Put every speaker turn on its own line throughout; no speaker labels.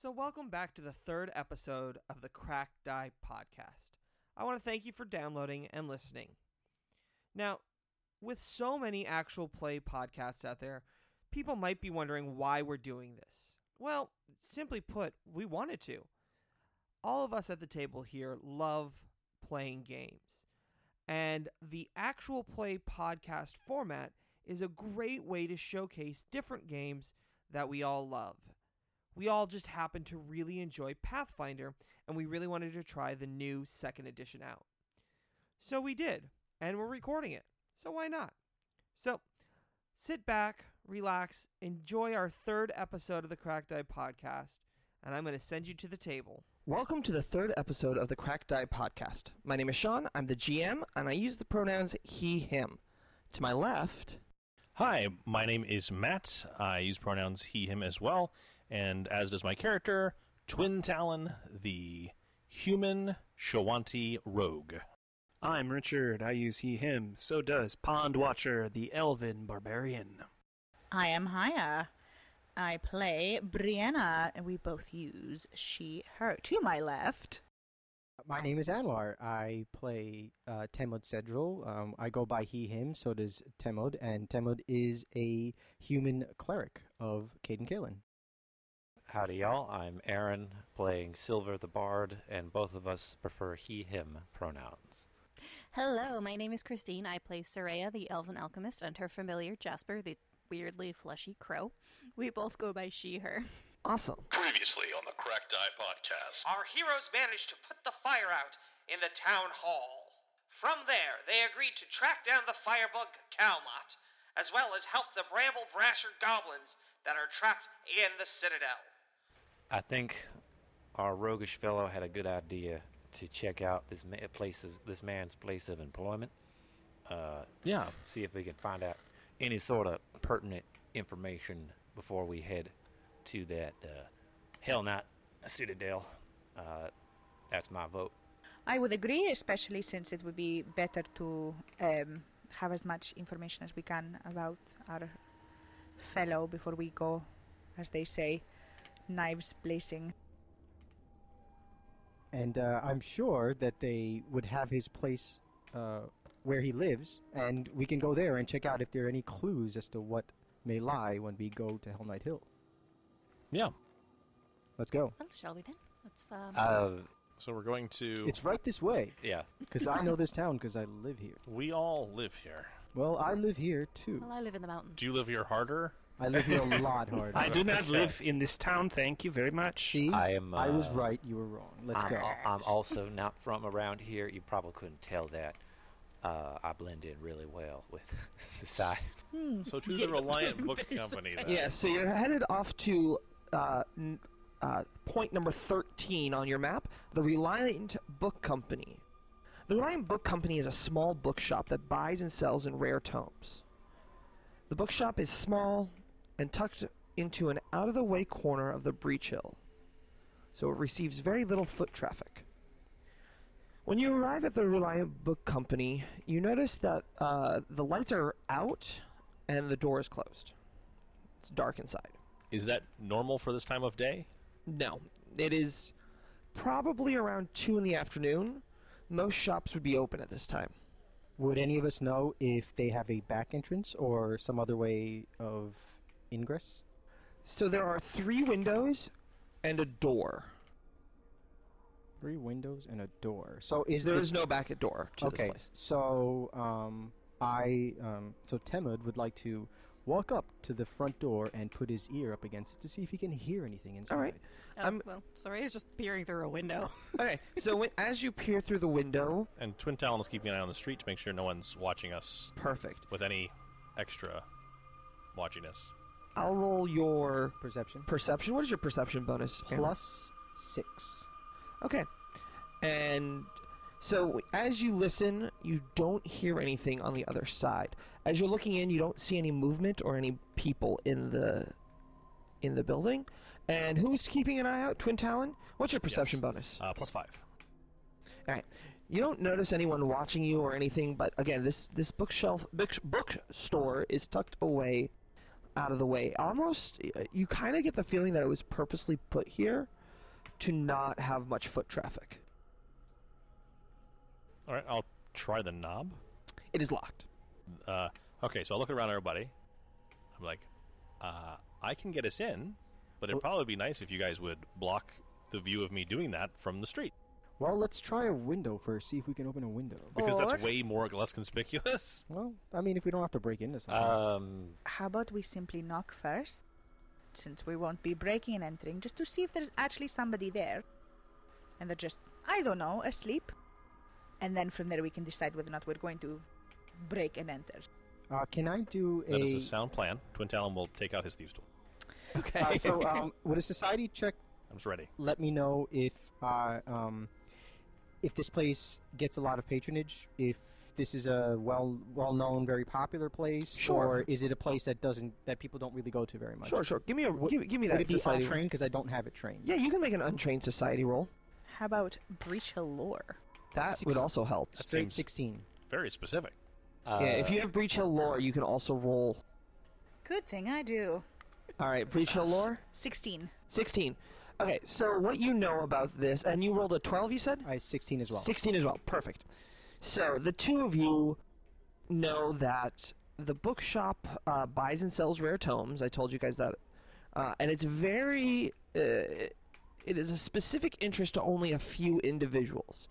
So, welcome back to the third episode of the Crack Die podcast. I want to thank you for downloading and listening. Now, with so many actual play podcasts out there, people might be wondering why we're doing this. Well, simply put, we wanted to. All of us at the table here love playing games. And the actual play podcast format is a great way to showcase different games that we all love. We all just happen to really enjoy Pathfinder, and we really wanted to try the new second edition out. So we did, and we're recording it. So why not? So sit back, relax, enjoy our third episode of the Cracked Eye Podcast, and I'm going to send you to the table. Welcome to the third episode of the Cracked Eye Podcast. My name is Sean, I'm the GM, and I use the pronouns he, him. To my left,
Hi, my name is Matt. I use pronouns he, him as well, and as does my character, Twin Talon, the human Shawanti rogue.
I'm Richard. I use he, him. So does Pond Watcher, the elven barbarian.
I am Haya. I play Brianna, and we both use she, her. To my left,
My name is Anwar. I play uh, Temod Sedril. Um, I go by he, him, so does Temod, and Temod is a human cleric of Caden Kalen.
Howdy, y'all. I'm Aaron, playing Silver the Bard, and both of us prefer he, him pronouns.
Hello, my name is Christine. I play Soraya, the elven alchemist, and her familiar Jasper, the weirdly fleshy crow. We both go by she, her.
awesome.
Previously on the Cracked Eye Podcast.
Our heroes managed to put the fire out in the town hall. From there, they agreed to track down the firebug Calmot, as well as help the Bramble Brasher goblins that are trapped in the citadel.
I think our roguish fellow had a good idea to check out this ma- places, this man's place of employment. Uh,
Yeah.
s- see if we can find out any sort of pertinent information before we head to that uh, Hell Knot Citadel. Uh, that's my vote.
I would agree, especially since it would be better to um, have as much information as we can about our fellow before we go, as they say, knives blazing.
And uh, I'm sure that they would have his place uh, where he lives, and we can go there and check out if there are any clues as to what may lie when we go to Hell Knight Hill.
Yeah.
Let's go.
Well, shall we then? Let's um,
Uh,
So we're going to.
It's right this way,
yeah.
because I know this town because I live here.
we all live here.
Well, I live here too.
Well, I live in the mountains.
Do you live here harder?
I live here a lot harder.
I do not live in this town, thank you very much.
See,
I am,
I was
uh,
right. You were wrong. Let's
I'm,
go.
al- I'm also not from around here. You probably couldn't tell that. Uh, I blend in really well with society.
So to the Reliant Book Company. Then.
Yeah, so you're headed off to uh, n- uh, point number 13 on your map, the Reliant Book Company. The Reliant Book Company is a small bookshop that buys and sells in rare tomes. The bookshop is small and tucked into an out of the way corner of the Breach Hill, so it receives very little foot traffic. When you arrive at the Reliant Book Company, you notice that uh, the lights are out and the door is closed. It's dark inside.
Is that normal for this time of day?
No, it is probably around 2 in the afternoon. Most shops would be open at this time.
Would any of us know if they have a back entrance or some other way of ingress?
So there are three windows and a door.
Three windows and a door. So is
there
the-
is no back door to
okay?
this place.
So um, I um, so Temud would like to walk up to the front door and put his ear up against it to see if he can hear anything inside.
All right.
Oh,
I'm-
well, Soraya's just peering through a window.
Okay, so when, as you peer through the window,
And Twin Talon is keeping an eye on the street to make sure no one's watching us
perfect.
with any extra watching us.
I'll roll your
Perception
perception. What is your perception bonus? Aaron?
plus six.
Okay. And so as you listen, you don't hear anything on the other side. As you're looking in, you don't see any movement or any people in the in the building. And who's keeping an eye out? Twin Talon? What's your perception
Yes.
bonus?
Uh, plus five.
All right. You don't notice anyone watching you or anything, but again, this this bookshelf book, bookstore is tucked away out of the way. Almost, you kind of get the feeling that it was purposely put here to not have much foot traffic.
All right, I'll try the knob.
It is locked.
Uh, okay, so I look around everybody. I'm like, uh, I can get us in, but it'd probably be nice if you guys would block the view of me doing that from the street
Well, let's try a window first. See if we can open a window.
because
Or-
that's way more less conspicuous.
Well, I mean, if we don't have to break into something.
Um,
How about we simply knock first? Since we won't be breaking and entering, just to see if there's actually somebody there. And they're just, I don't know, asleep. And then from there we can decide whether or not we're going to break and enter.
uh, can I do
That is
a?
a sound plan. Twin Talon will take out his thieves tool.
Okay.
uh, so, um, would a society check
I'm just ready.
let me know if uh, um, if this place gets a lot of patronage, if this is a well well known, very popular place,
Sure.
or is it a place that doesn't that people don't really go to very much?
Sure, sure. Give me a
Would-
give, give me
Would
that
it be
society.
untrained because I don't have it trained?
Yeah, you can make an untrained society roll.
How about breach a lore?
That would also help.
Straight
seems-
sixteen.
Very specific.
yeah,
uh,
uh,
if you have breach hill lore, you can also roll.
Good thing I do.
All right, breach hill lore,
16.
sixteen. Okay, so what you know about this, and you rolled a twelve, you said.
I sixteen as well.
16 as well. Perfect. So the two of you know that the bookshop uh, buys and sells rare tomes. I told you guys that. Uh, and it's very. Uh, it is a specific interest to only a few individuals.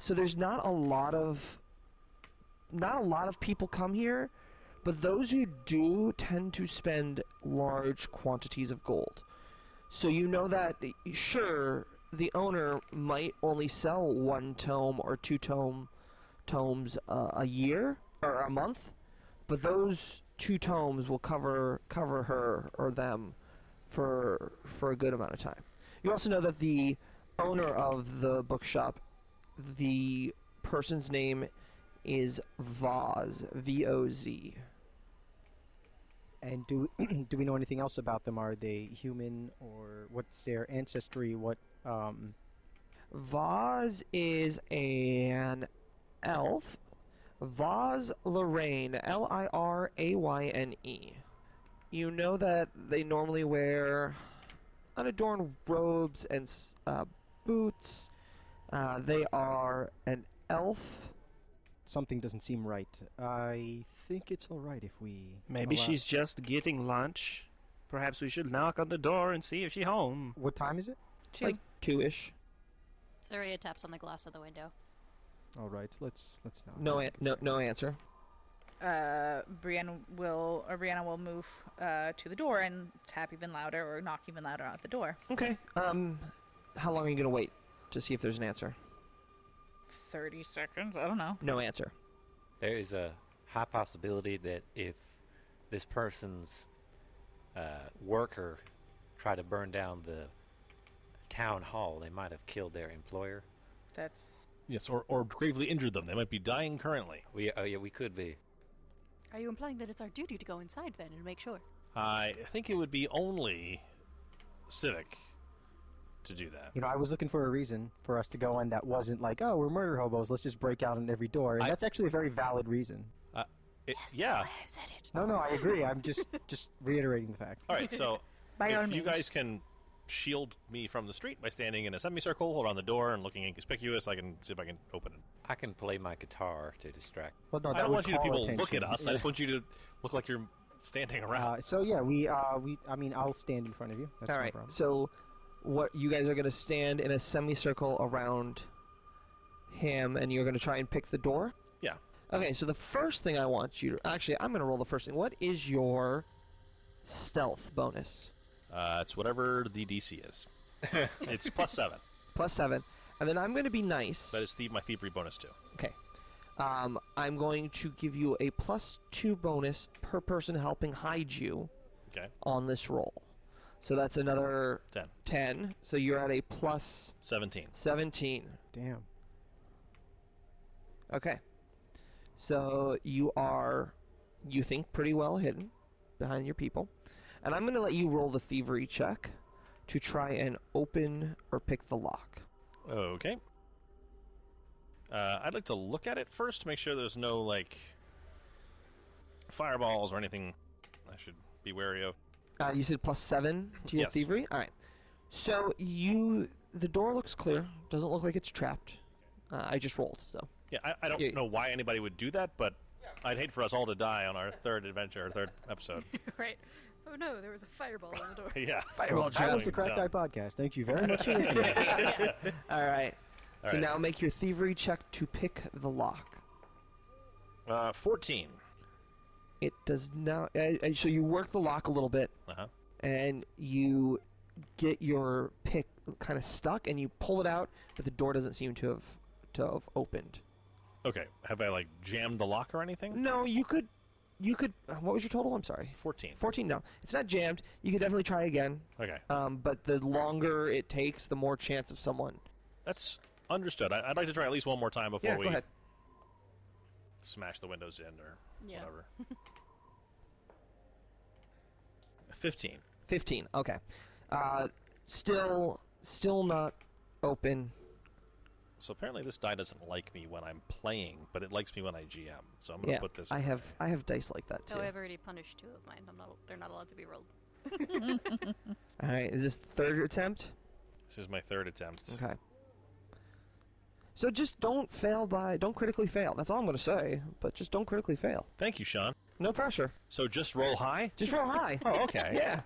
So there's not a lot of. Not a lot of people come here, but those who do tend to spend large quantities of gold. So you know that, y- sure, the owner might only sell one tome or two tome tomes uh, a year or a month, but those two tomes will cover cover her or them for for a good amount of time. You also know that the owner of the bookshop, the person's name is Voz V O Z.
And do do we know anything else about them? Are they human or what's their ancestry? What um,
Vaz is an elf. Vaz Lorraine, L I R A Y N E. You know that they normally wear unadorned robes and s- uh, boots. Uh, they are an elf.
something doesn't seem right. I think it's all right if we
Maybe
allow-
she's just getting lunch. Perhaps we should knock on the door and see if she's home.
What time is it?
Two.
Like two ish.
Soraya taps on the glass of the window.
All right, let's let's not.
No, an- no, no answer.
uh, Brienne will or Brianna will move uh, to the door and tap even louder or knock even louder at the door.
Okay. Um, how long are you going to wait to see if there's an answer?
Thirty seconds. I don't know.
No answer.
there is a high possibility that if this person's uh, worker tried to burn down the town hall, they might have killed their employer.
That's.
Yes, or, or gravely injured them. They might be dying currently.
We oh yeah, we could be.
Are you implying that it's our duty to go inside then and make sure?
I think it would be only civic to do that.
You know, I was looking for a reason for us to go in that wasn't like, oh, we're murder hobos. Let's just break out on every door, and
I-
that's actually a very valid reason.
Uh, it,
Yes,
yeah.
that's why I said it.
No, no, I agree. I'm just just reiterating the fact.
All right, so
By all
if you
means.
guys can shield me from the street by standing in a semicircle around the door and looking inconspicuous, I can see if I can open it.
I can play my guitar to distract.
Well, no,
I
Oh, that
don't
would
want you to
call
people look
attention.
at us. I just want you to look like you're standing around.
Uh, so yeah, we uh we I mean I'll stand in front of you. That's
All
no
right.
problem.
So, what you guys are going to stand in a semicircle around him, and you're going to try and pick the door.
yeah.
Okay. So the first thing I want you to actually, I'm going to roll the first thing. What is your stealth bonus?
Uh, it's whatever the DC is. it's plus seven.
Plus seven, and then I'm going to be nice.
That is thief, my thievery bonus too.
Okay. Um, I'm going to give you a plus two bonus per person helping hide you
Okay,
on this roll. So that's another
ten.
ten. So you're at a plus
Seventeen.
seventeen.
Damn.
Okay. So you are, you think, pretty well hidden behind your people. And I'm going to let you roll the thievery check to try and open or pick the lock.
Okay. Uh, I'd like to look at it first to make sure there's no like fireballs or anything I should be wary of.
Uh, you said plus seven to your
Yes.
thievery. All right. So you, the door looks clear. Doesn't look like it's trapped. Uh, I just rolled, so
Yeah, I, I don't
Yeah.
know why anybody would do that, but I'd hate for us all to die on our third adventure, our third episode.
right. Oh no, there was a fireball on the door.
yeah.
Fireball
That
trap.
was the Crack
Dumb.
Die podcast. Thank you very much for listening.
All right.
All
so
right.
now make your thievery check to pick the lock.
Uh, 14.
It does not. Uh, uh, so you work the lock a little bit,
Uh-huh.
and you get your pick kind of stuck, and you pull it out, but the door doesn't seem to have to have opened.
Okay. Have I, like, jammed the lock or anything?
No, you could, you could. uh, What was your total? I'm sorry.
14.
14 no it's not jammed you could definitely try again
Okay.
um, but the longer it takes the more chance of someone
That's understood. I, I'd like to try at least one more time before
yeah
we
go ahead
smash the windows in or
Yeah.
whatever. 15.
15 okay uh, still still not open
So apparently this die doesn't like me when I'm playing, but it likes me when I GM. So I'm going to
yeah
put this
i
in
have i
there.
have dice like that too
Oh, I've already punished two of mine. I'm not. They're not allowed to be rolled.
all right is this the third attempt
This is my third attempt.
okay so just don't fail by don't critically fail that's all i'm going to say but just don't critically fail
Thank you, Sean.
no pressure
So just roll high?
just roll high
Oh, okay.
yeah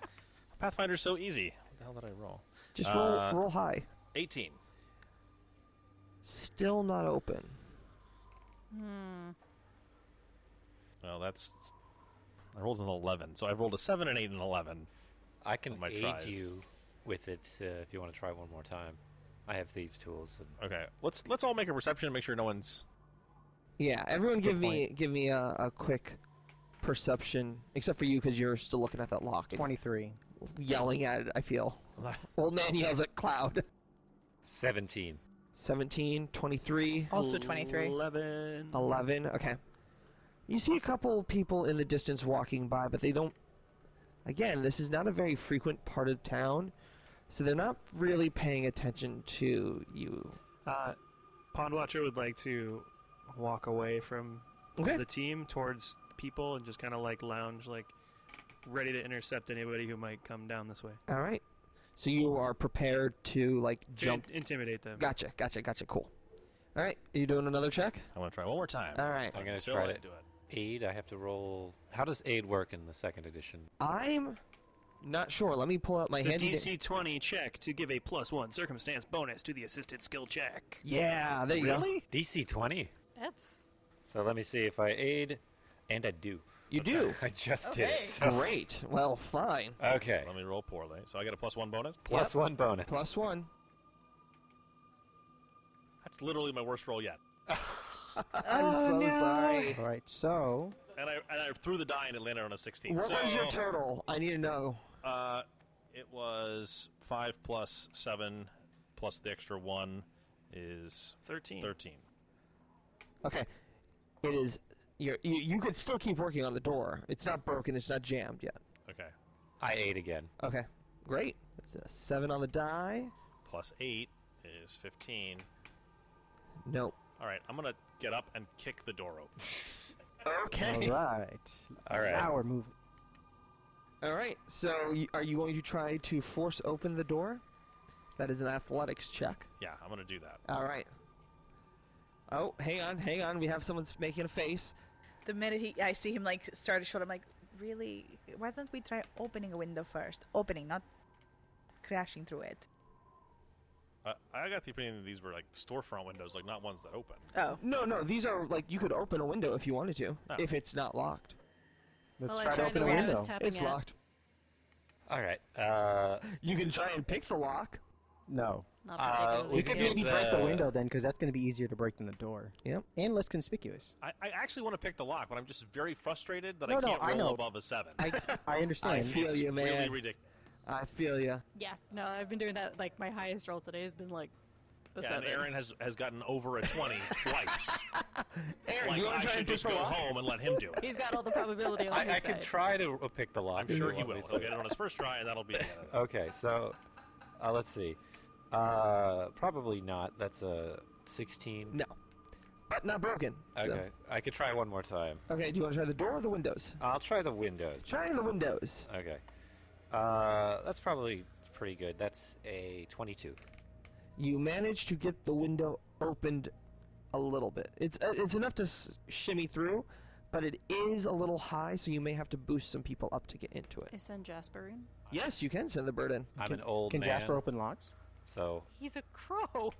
Pathfinder's so easy. What the hell did I roll?
just roll
Uh,
roll high
18.
still not open
Hmm.
Well, that's. I rolled an 11, so I've rolled a 7, an 8, and 11.
I can
my
aid
tries.
you with it uh, if you want to try it one more time. I have thieves' tools. And
Okay, let's let's all make a perception and make sure no one's.
Yeah, everyone
That's a
give
good
me give me a, a quick perception, except for you because you're still looking at that lock and
23.
yelling at it. I feel old man yells at cloud.
17.
17, 23,
Also 23.
11.
11. Okay, you see a couple people in the distance walking by, but they don't. Again, this is not a very frequent part of town, so they're not really paying attention to you.
Uh, Pond Watcher would like to walk away from
Okay,
the team towards people and just kind of like lounge, like ready to intercept anybody who might come down this way.
all right. So you are prepared to like
To
jump.
in- intimidate them.
Gotcha, gotcha, gotcha. Cool. All right, are you doing another check?
I want to try one more time.
All right.
I'm gonna
Until
try
I
it.
do it.
Aid, I have to roll. How does aid work in the second edition?
I'm not sure. Let me pull out my
It's a
handy.
DC 20 check to give a plus one circumstance bonus to the assisted skill check.
yeah, there you go.
DC 20.
That's
So let me see if I aid, and I do.
You do.
I just did.
Okay.
It. So-
Great. Well, fine.
Okay.
Let me roll poorly. So I get a plus one bonus.
Plus one bonus.
Plus one.
That's literally my worst roll yet.
Oh,
I'm so sorry.
All right, so
And I and I threw the die and it landed on a 16.
What
so,
was your total? I need to know.
Uh, it was five plus seven plus the extra one is
13.
13.
Okay. It is. You're, you you could still keep working on the door. It's not broken. It's not jammed yet.
Okay.
I aid again.
Okay. Great. It's a seven on the die.
Plus eight is 15.
Nope.
All right, I'm gonna get up and kick the door open.
all
Okay.
right.
All right.
Now we're moving.
All right. So, y- are you going to try to force open the door? That is an athletics check.
Yeah, I'm gonna do that.
All right. Oh, hang on, hang on. We have someone's making a face.
The minute he, I see him like start to shut, I'm like, really? Why don't we try opening a window first? Opening, not crashing through it.
Uh, I got the opinion that these were like storefront windows, like not ones that open.
Oh,
No, no. These are like you could open a window if you wanted to,
Oh.
if it's not locked.
Let's
well, I
try to
tried
open
the
a
one I was
window.
tapping
It's
at.
locked.
All right. Uh,
You can try and pick the lock.
No.
Not
Uh,
particularly.
We
We
could
can
maybe
get
break the
the-
window then, because that's going to be easier to break than the door.
Yep.
And less conspicuous.
I, I actually want to pick the lock, but I'm just very frustrated that
No,
I
no,
can't
I
roll
know.
above a seven.
I, I understand.
I feel
It's
you,
Really
man.
ridiculous.
I feel you.
yeah. No, I've been doing that. Like my highest roll today has been like. a
Yeah, and
seven.
Aaron has has gotten over a twenty twice.
Aaron,
like
you
I
want to try and
should
pick
just
the
go
lock?
home and let him do it.
He's got all the probability on his
I, I
side.
could try to uh, pick the lock.
I'm sure
if
he
you
will.
want
He'll
me
get
to.
it on his first try, and that'll be the end of it.
Okay. So, uh, let's see. Uh, probably not. That's a 16.
No. but not broken.
Okay,
So.
I could try one more time.
Okay, do you want to try the door or the windows?
I'll try the windows.
Try the windows.
Okay. Uh, that's probably pretty good. That's a 22.
You manage to get the window opened a little bit. It's uh, it's enough to s- shimmy through, but it is a little high, so you may have to boost some people up to get into it.
Is send Jasper in?
Yes, you can send the bird in.
I'm an old
Can
man.
Jasper open locks?
So,
He's a crow.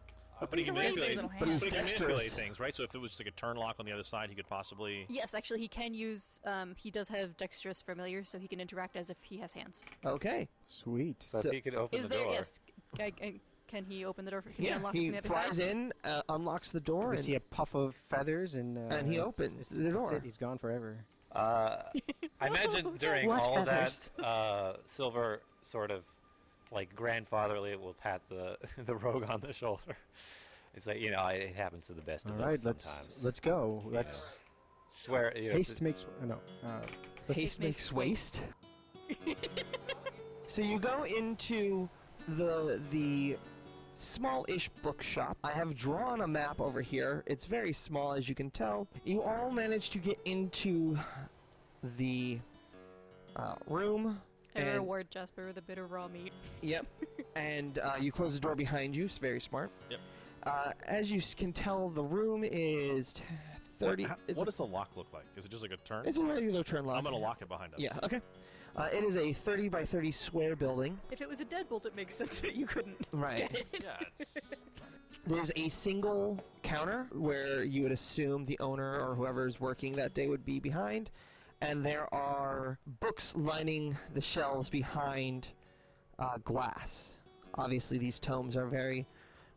But he can
really big
manipulate,
little
but he
hand.
can
Dexterous.
manipulate things, right? So if it was just like a turn lock on the other side, he could possibly.
Yes, actually, he can use. Um, he does have dexterous familiar, so he can interact as if he has hands.
Okay.
Sweet.
so,
So-
if he could open
Is
the
there?
door.
Yes. I, I, can he open the door? Can he
yeah,
unlock it
he
from the other
flies
side?
in, uh, unlocks the door,
We
and
see a puff of feathers and uh,
And he
it's-
opens
it's-
the
that's
door.
it, He's gone forever.
Uh, I imagine during
What
all
feathers?
that, uh, Silver sort of like grandfatherly will pat the the rogue on the shoulder. It's like you know, I- it happens to the best
All
of
right,
us
let's
sometimes.
let's go. Let's
swear. You know,
haste
to-
makes no. Uh, let's-
Haste makes waste. so you go into the the small-ish bookshop. I have drawn a map over here. It's very small, as you can tell. You all manage to get into the uh, room.
I
And-
reward Jasper with a bit of raw meat.
Yep. and uh, you close the door behind you. It's very smart.
Yep.
Uh, as you s- can tell, the room is t- thirty.
What, how-
it's,
what does the lock look like? Is it just like a turn?
it's a regular turn lock.
I'm gonna lock it behind us.
Yeah. Okay. Uh, it is a thirty by thirty square building.
If it was a deadbolt, it makes sense that you couldn't.
Right.
Yeah. It's,
There's a single counter where you would assume the owner or whoever's working that day would be behind, and there are books lining the shelves behind uh, glass. Obviously, these tomes are very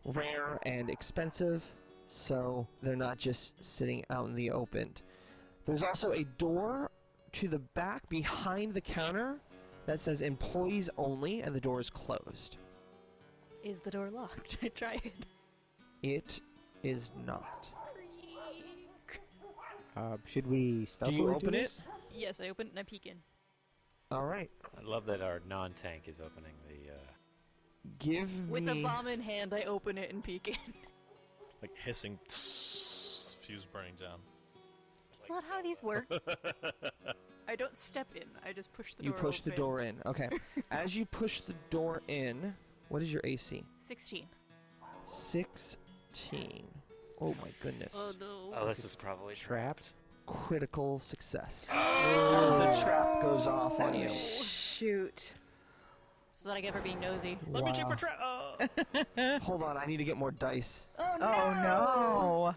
rare and expensive, so they're not just sitting out in the open. There's also a door to the back behind the counter that says employees only, and the door is closed.
Is the door locked? I try it.
It is not.
uh, should we stop?
Do you
or
open it?
this?
Yes, I open it and I peek in.
All right.
I love that our non-tank is opening the. Uh,
Give
With
me.
a bomb in hand, I open it and peek in.
like hissing. Fuse burning down.
It's not how these work. I don't step in. I just push the
you
door.
push the
open.
door in. Okay. As you push the door in, what is your AC?
Sixteen.
Sixteen. Oh my goodness.
Oh no.
oh, this is probably
Trapped.
Critical success. As the trap goes off on you.
Shoot.
This is what I get for being nosy.
Let me check
Wow.
for trap. Oh.
Hold on, I need to get more dice.
Oh
Oh,
no.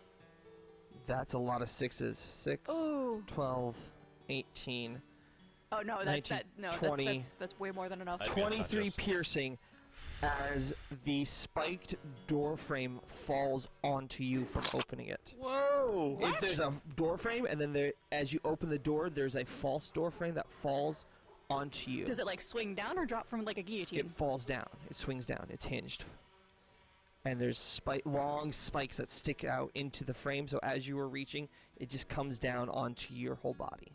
That's a lot of sixes. Six,
Ooh.
12, 18,
Oh no, that's
19,
that. No,
20.
that's, that's that's way more than enough.
I'd be unconscious.
23 piercing as the spiked door frame falls onto you from opening it.
Whoa!
If there's a door frame, and then there, as you open the door, there's a false door frame that falls onto you.
Does it like swing down or drop from like a guillotine?
It falls down. It swings down. It's hinged. And there's spi- long spikes that stick out into the frame. So as you are reaching, it just comes down onto your whole body.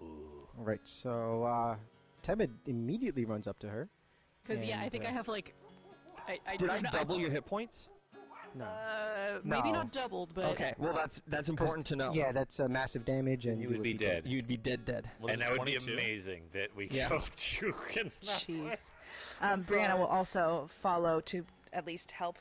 All right. So uh, Temid immediately runs up to her.
Because yeah, I
And,
think
uh,
I have like. I, I
Did
do
I
not-
double your hit points?
No.
Uh, maybe
No.
not doubled, but
Okay. Well, that's that's important to know.
Yeah, that's uh, massive damage, and
You would be dead.
You'd be dead, dead.
What is
and
it,
that would be
22?
amazing that we
Yeah.
killed you. and not-
Jeez. Um, Brianna will also follow to at least help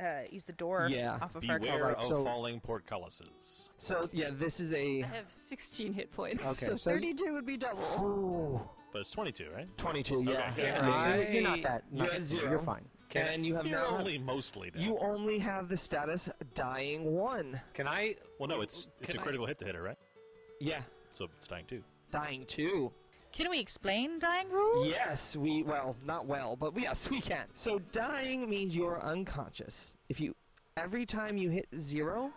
uh, ease the door
Yeah.
off of her.
Beware
Alright,
of
so-
falling portcullises.
So yeah, this is a
I have 16 hit points.
Okay,
so,
so you-
32 would be double.
ooh,
But it's 22, right?
22. Yeah.
Okay.
yeah.
Uh,
amazing.
you're- you're not that.
You're
not-
at zero.
You're fine.
And you have
You're
now
only mostly dead.
you only have the status dying one.
Can I?
well, no, it's it's
Can
a
I-
critical hit to hit her, right?
Yeah.
So it's dying too.
Dying two.
Can we explain dying rules?
Yes, we well, not well, but yes, we can. So dying means you're unconscious. If you every time you hit 0,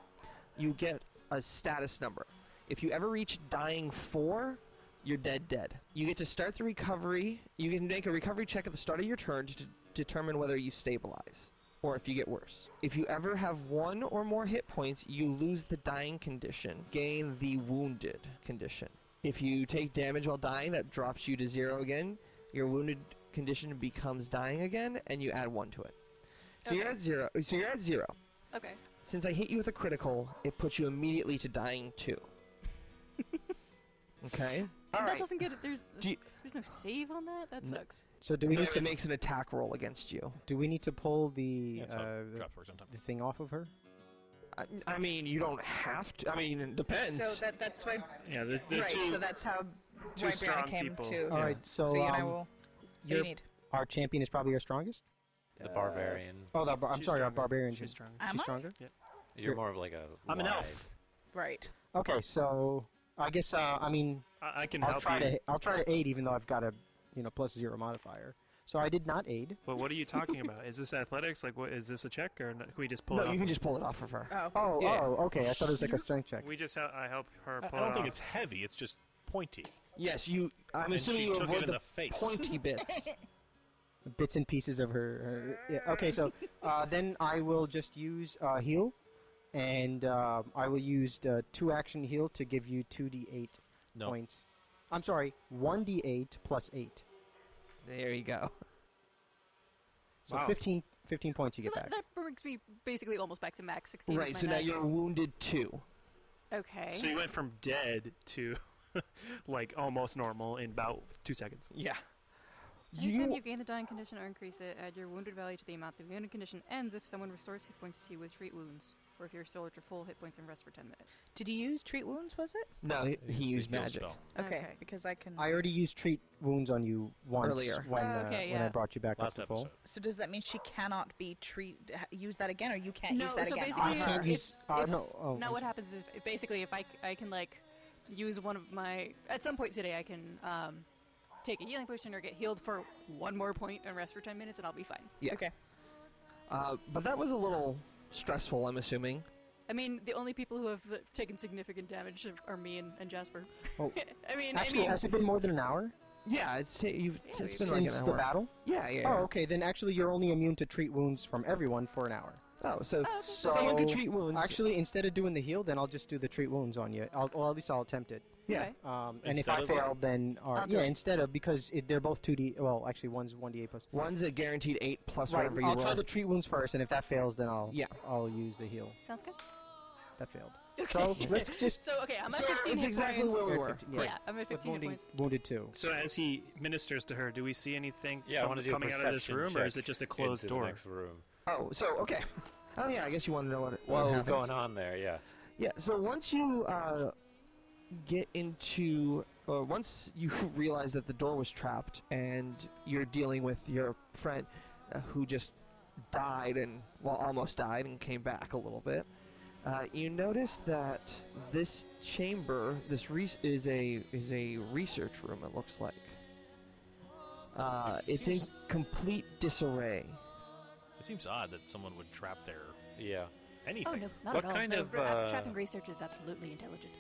you get a status number. If you ever reach dying 4, you're dead dead. You get to start the recovery. You can make a recovery check at the start of your turn to d- determine whether you stabilize or if you get worse. If you ever have one or more hit points, you lose the dying condition, gain the wounded condition. If you take damage while dying, that drops you to zero again. Your wounded condition becomes dying again, and you add one to it. So you're
Okay.
at zero. So you're at zero.
Okay.
Since I hit you with a critical, it puts you immediately to dying two. okay.
All
that
right.
doesn't get it. There's
Do you-
there's no save on that. That
No.
sucks.
So do we need
It
to
makes an attack roll against you.
do we need to pull the
That's how
uh, the,
drops work sometimes.
the thing off of her?
I, I mean, you don't have to. I mean, it depends.
So that, that's why.
Yeah, the, the
Right,
two,
so that's how
two
why Brianna
strong
came
people.
to.
All right. So,
So you and I
um,
will. You
your-
need.
our champion is probably our strongest.
The barbarian.
Oh, the, bar- I'm
She's
sorry, our
stronger.
barbarian.
She's stronger.
Am
She's
I?
stronger.
You're more of like a.
I'm an
wide-
elf.
Right.
Okay, so I guess uh, I mean
I, I can
I'll
help
try
you.
to I'll try to aid even though I've got a you know plus zero modifier. So I did not aid.
But what are you talking about? Is this athletics? Like, what is this a check or not? can we just pull
no,
it?
you
off?
can just pull it off of her.
Oh.
Oh,
Yeah.
oh, okay. I thought it was like a strength check.
We just hel- I help her
I,
pull
I don't
it
think
off.
it's heavy. It's just pointy.
Yes, you. I'm
And
assuming
she
you
took it
avoid
in the face.
pointy bits.
Bits and pieces of her. her yeah. Okay, so uh, then I will just use uh, heal, and uh, I will use the two action heal to give you two d eight
No.
points. I'm sorry, one d eight plus eight.
there you go.
So
Wow.
15, 15 points you
So
get back.
that, that brings me basically almost back to max sixteen. is
Right.
my
So now
max.
you're wounded two.
okay.
So you went from dead to like almost normal in about two seconds.
Yeah.
Anytime
You.
you gain the dying condition or increase it, add your wounded value to the amount the wounded condition ends if someone restores hit points to you with treat wounds, or if you're still at your full hit points and rest for 10 minutes.
Did you use treat wounds? Was it?
No, he, he
It's the
used
heal
magic.
spell.
Okay.
Okay.
Because I can.
I already used treat wounds on you once
Earlier.
when
Oh,
uh,
okay,
when I
yeah.
brought you back up
Last
to full.
episode.
So does that mean she cannot be treat ha- use that again, or you can't
No,
use that
so
again? on
I
basically if-
her?
can't
if-
use. uh,
if-
no. Oh,
now
I'm
what
sorry.
happens is b- basically if I, c- I can like use one of my at some point today I can um, take a healing potion or get healed for one more point and rest for 10 minutes and I'll be fine.
Yeah.
Okay.
Uh, but that was a little stressful. I'm assuming.
I mean, the only people who have uh, taken significant damage are- are me and, and Jasper.
Oh.
I mean,
Actually,
I mean,
has it been more than an hour
Yeah, it's ta- you've,
Yeah,
it's
we-
been like
since
an
the
hour.
battle?
Yeah, yeah.
Oh, okay. Then actually, you're only immune to treat wounds from everyone for an hour.
Oh, so
okay.
so someone could treat wounds.
Actually, instead of doing the heal, then I'll just do the treat wounds on you. I'll, or at least I'll attempt it.
yeah.
okay.
Um, and if
Instead
I
of what?
fail, then or,
I'll do
yeah,
it.
instead of because it, they're both two d. Well, actually, one's one d eight plus.
one's a guaranteed eight plus
Right.
whatever you
I'll
roll.
try the treat wounds first, and if that fails, then I'll
Yeah.
I'll use the heal.
Sounds good.
That failed.
Okay.
So let's just.
So, okay, I'm at
So
15
it's
hit
exactly
points.
where we
We're
were.
15
Yeah,
yeah.
I'm
With
at 15 hit
wounded,
points.
wounded two.
So as he ministers to her, do we see anything
Yeah, I
from-
want to do a
coming out of this
perception
room, or is
check
it just a closed
into the
door?
next room.
Oh, so okay. Oh yeah, I guess you want to know what it- what
What was
happens.
going on there? Yeah.
Yeah. So once you uh, get into, or once you realize that the door was trapped and you're dealing with your friend uh, who just died and well almost died and came back a little bit, uh, you notice that this chamber, this re- is a is a research room. It looks like. Uh,
It
it's in
seems-
complete disarray.
It seems odd that someone would trap their
Yeah.
anything.
Oh no, not
What
at all.
kind
no,
of,
r- uh,
uh,
trapping research is absolutely intelligent.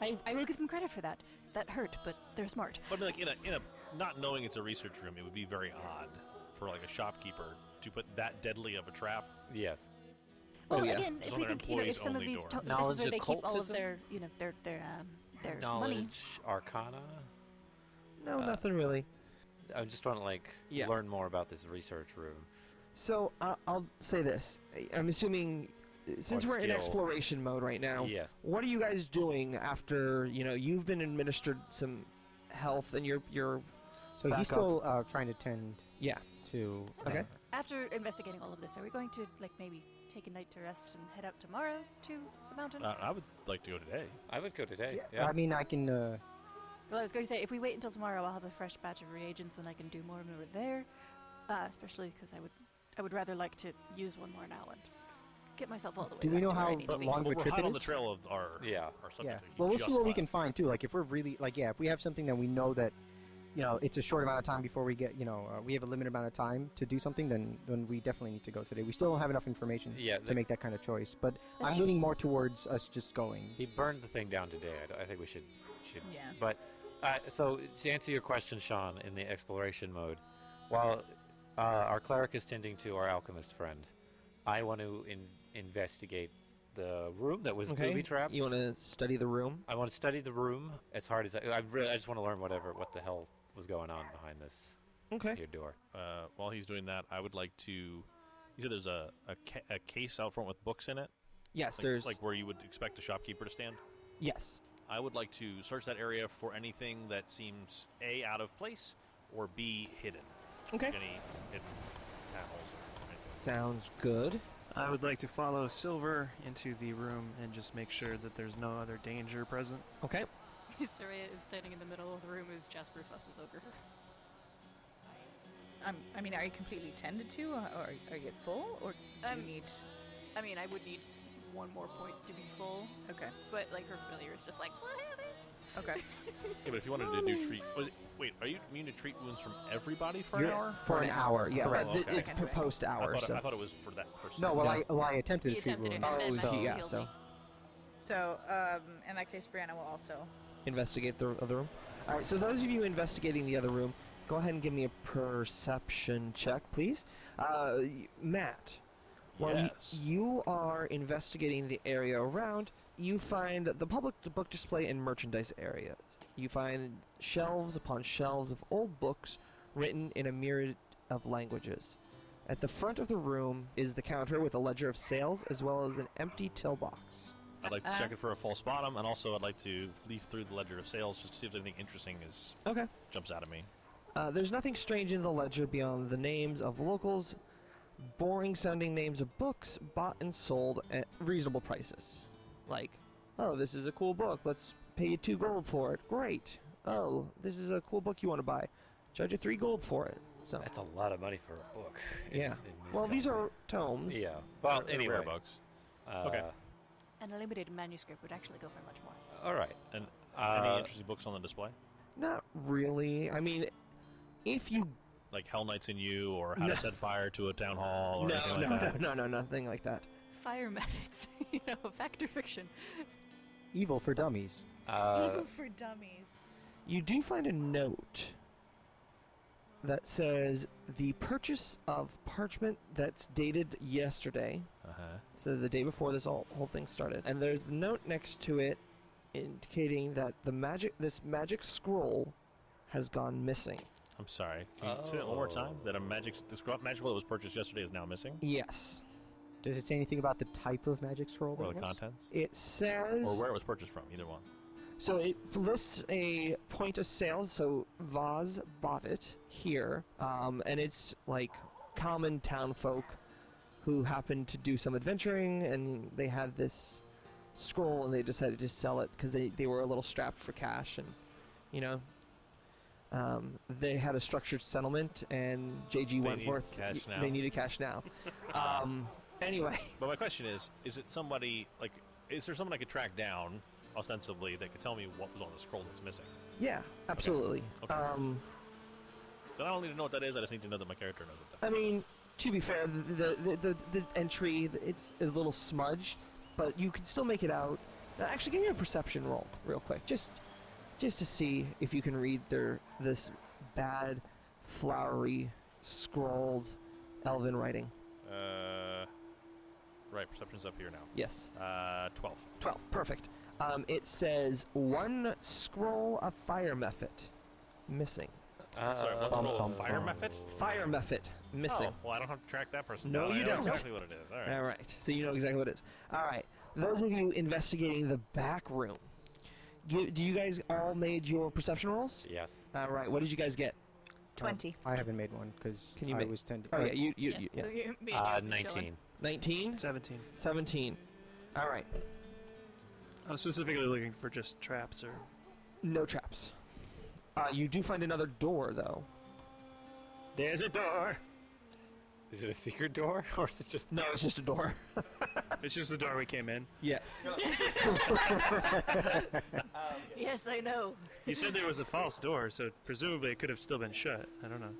I, I will give them credit for that. That hurt, but they're smart.
But I mean, like in a in a not knowing it's a research room, it would be very odd for like a shopkeeper to put that deadly of a trap.
Yes.
Well,
yeah.
again,
It's
if
on
we
their
think, you know, if some of
employees-only
these,
door.
to- this is
Knowledge
where they keep all of
occultism?
their, you know, their their um their
Knowledge
money.
arcana.
No,
Uh,
nothing really.
I just want to like
Yeah.
learn more about this research room.
So I I'll say this. I- I'm assuming, uh, since
Or
we're in
skill.
exploration mode right now,
Yes.
what are you guys doing after you know you've been administered some health and you're you're
So
Back
he's
up.
still uh, trying to tend
yeah
to.
Okay.
After investigating all of this, are we going to like maybe take a night to rest and head out tomorrow to the mountain?
Uh, I would like to go today.
I would go today. Yeah.
I mean, I can. Uh,
well, I was going to say if we wait until tomorrow, I'll have a fresh batch of reagents and I can do more when we're there. Uh, especially because I would I would rather like to use one more now and get myself all the way.
Do we
back
know
to where I
how
need to be.
long of
Well,
a
we're
trip
hot
it
on the
is?
trail of our
Yeah.
our subject.
yeah.
that he
Well, we'll
just
see what we
left.
can find too. Like if we're really like yeah, if we have something that we know that, you know, it's a short amount of time before we get you know uh, we have a limited amount of time to do something, then then we definitely need to go today. We still don't have enough information
Yeah,
to
the-
make that kind of choice. But
That's
I'm
true.
leaning more towards us just going.
He burned the thing down today. I, d- I think we should should.
Yeah.
But uh, so to answer your question, Sean, in the exploration mode, while uh, our cleric is tending to our alchemist friend, I want to in- investigate the room that was booby trapped.
you want to study the room
I want to study the room as hard as I. I, really, I just want to learn whatever what the hell was going on behind this
okay
here door.
Uh, while he's doing that, I would like to. You said there's a a, ca- a case out front with books in it.
Yes,
Like,
there's
like where you would expect a shopkeeper to stand.
yes.
I would like to search that area for anything that seems a out of place or b hidden.
Okay.
Like any hidden panels or anything.
Sounds good.
I would like to follow Silver into the room and just make sure that there's no other danger present.
Okay.
Surya is standing in the middle of the room as Jasper fusses over her.
I'm, I mean, are you completely tended to, or are, are you full, or do
Um,
you need?
I mean, I would need one more point to be full,
Okay,
but like her familiar is just like, what happened?
okay.
Yeah, but if you wanted to do treat, was it, wait, are you immune to treat wounds from everybody for an hour?
For an hour, yeah.
Oh,
but th-
okay.
It's per- post
I
hour,
thought,
so
I thought it was for that person.
No, well,
No.
I well, I attempted
He
to treat
attempted it,
wounds,
and then
so-
he
yeah,
healed
so-
me.
So, um, in that case, Brianna will also.
investigate the other room. All right. So those of you investigating the other room, go ahead and give me a perception check, please. Uh, y- Matt, while y-
Yes.
you are investigating the area around, you find the public d- book display and merchandise areas. You find shelves upon shelves of old books written in a myriad of languages. At the front of the room is the counter with a ledger of sales as well as an empty till box.
I'd like to
Uh-uh.
check
Uh-huh.
it for a false bottom, and also I'd like to leaf through the ledger of sales just to see if anything interesting is
Okay.
jumps out at me.
Uh, there's nothing strange in the ledger beyond the names of locals, boring sounding names of books bought and sold at reasonable prices. Like, oh, this is a cool book. Let's pay you two gold for it. Great. Oh, this is a cool book you want to buy. Charge you three gold for it. So,
That's a lot of money for a book. in-
Oh. yeah.
in this
Well, these
country.
are tomes.
Yeah.
Well,
Or-
any rare
right.
books.
Uh,
Okay.
An eliminated manuscript would actually go for much more.
All right.
And
Uh,
any interesting books on the display?
Not really. I mean, if you.
Like Hell Knights in You, or How
No.
to Set Fire to a Town Hall, or
no,
anything like
no,
that?
no, no, no, nothing like that.
Fire methods, you know, fact or fiction.
evil for dummies.
Uh,
Evil for dummies.
You do find a note that says the purchase of parchment that's dated yesterday,
Uh-huh.
so the day before this all, whole thing started. And there's a note next to it indicating that the magic this magic scroll has gone missing.
I'm sorry. Can you say that one more time? That a magic the scroll, magical that was purchased yesterday is now missing?
Yes.
Does it say anything about the type of magic scroll?
Or the
that it was?
contents?
It says
Or where it was purchased from, either one.
So it lists a point of sale. So Vaz bought it here, um, and it's like common town folk who happened to do some adventuring, and they had this scroll, and they decided to sell it because they, they were a little strapped for cash, and you know, um, they had a structured settlement, and JG
They need
Wentworth
cash
y-
now.
they needed cash now. um, anyway,
But my question is, is it somebody like is there someone I could track down, ostensibly, that could tell me what was on the scroll that's missing?
yeah, absolutely.
Okay.
Um,
Then I don't need to know what that is, I just need to know that my character knows what that
I mean, to be fair, the the, the, the entry it's a little smudged, but you can still make it out. Uh, Actually, give me a perception roll real quick, just just to see if you can read their this bad, flowery, scrolled, elven writing.
is. Uh Right, perception's up here now.
Yes,
Uh twelve.
twelve, perfect. Um, it says one scroll of fire method missing.
Sorry,
uh,
what's the roll?
bum,
A fire
bum.
method?
Fire method um, missing.
Oh, well I don't have to track that person.
No,
down. I
you
know
don't.
exactly what it is. All right.
All right. So you know exactly what it is. All right. Those of you investigating the back room, you, do you guys all made your perception rolls?
Yes.
All right. What did you guys get?
Twenty.
I haven't made one because
Can you
I
make-
was tended.
Oh, yeah. You, you,
yeah,
you, yeah.
So you, me and you
Uh,
would be chilling.
19.
19,
17.
17. All right.
I was specifically looking for just traps or.
No traps. Uh, you do find another door, though.
There's a door!
Is it a secret door or is it just
No, it's just a door.
It's just the door we came in.
yeah.
Yes, I know.
You said there was a false door, so presumably it could have still been shut. I don't know.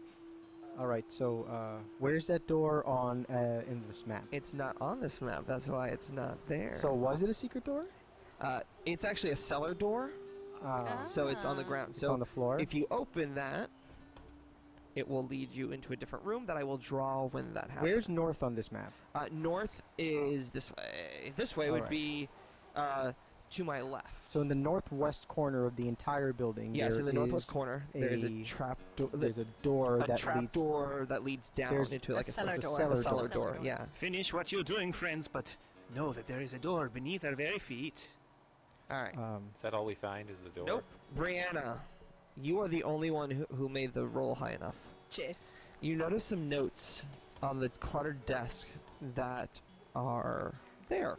All right. So uh, where's that door on uh, in this map?
It's not on this map. That's why it's not there.
So was it a secret door?
uh, it's actually a cellar door,
Uh,
so it's on the
Ah.
ground.
it's
so
on the floor.
If you open that, it will lead you into a different room that I will draw when that happens.
Where's north on this map?
uh, north is this way. This way would
Alright.
be uh, to my left.
So in the northwest corner of the entire building.
yes,
there
in the northwest
is-
corner, there is a
a-
trap door.
There's a door
a
that
trap
leads.
door that leads down
There's
into like
a
a, cellar,
cellar
door.
a
Cellar
cellar
door.
door. Yeah.
Finish what you're doing, friends, but know that there is a door beneath our very feet.
All right.
Um,
Is that all we find is the door?
Nope.
Brianna, you are the only one who, who made the roll high enough.
Cheers.
You notice some notes on the cluttered desk that are there.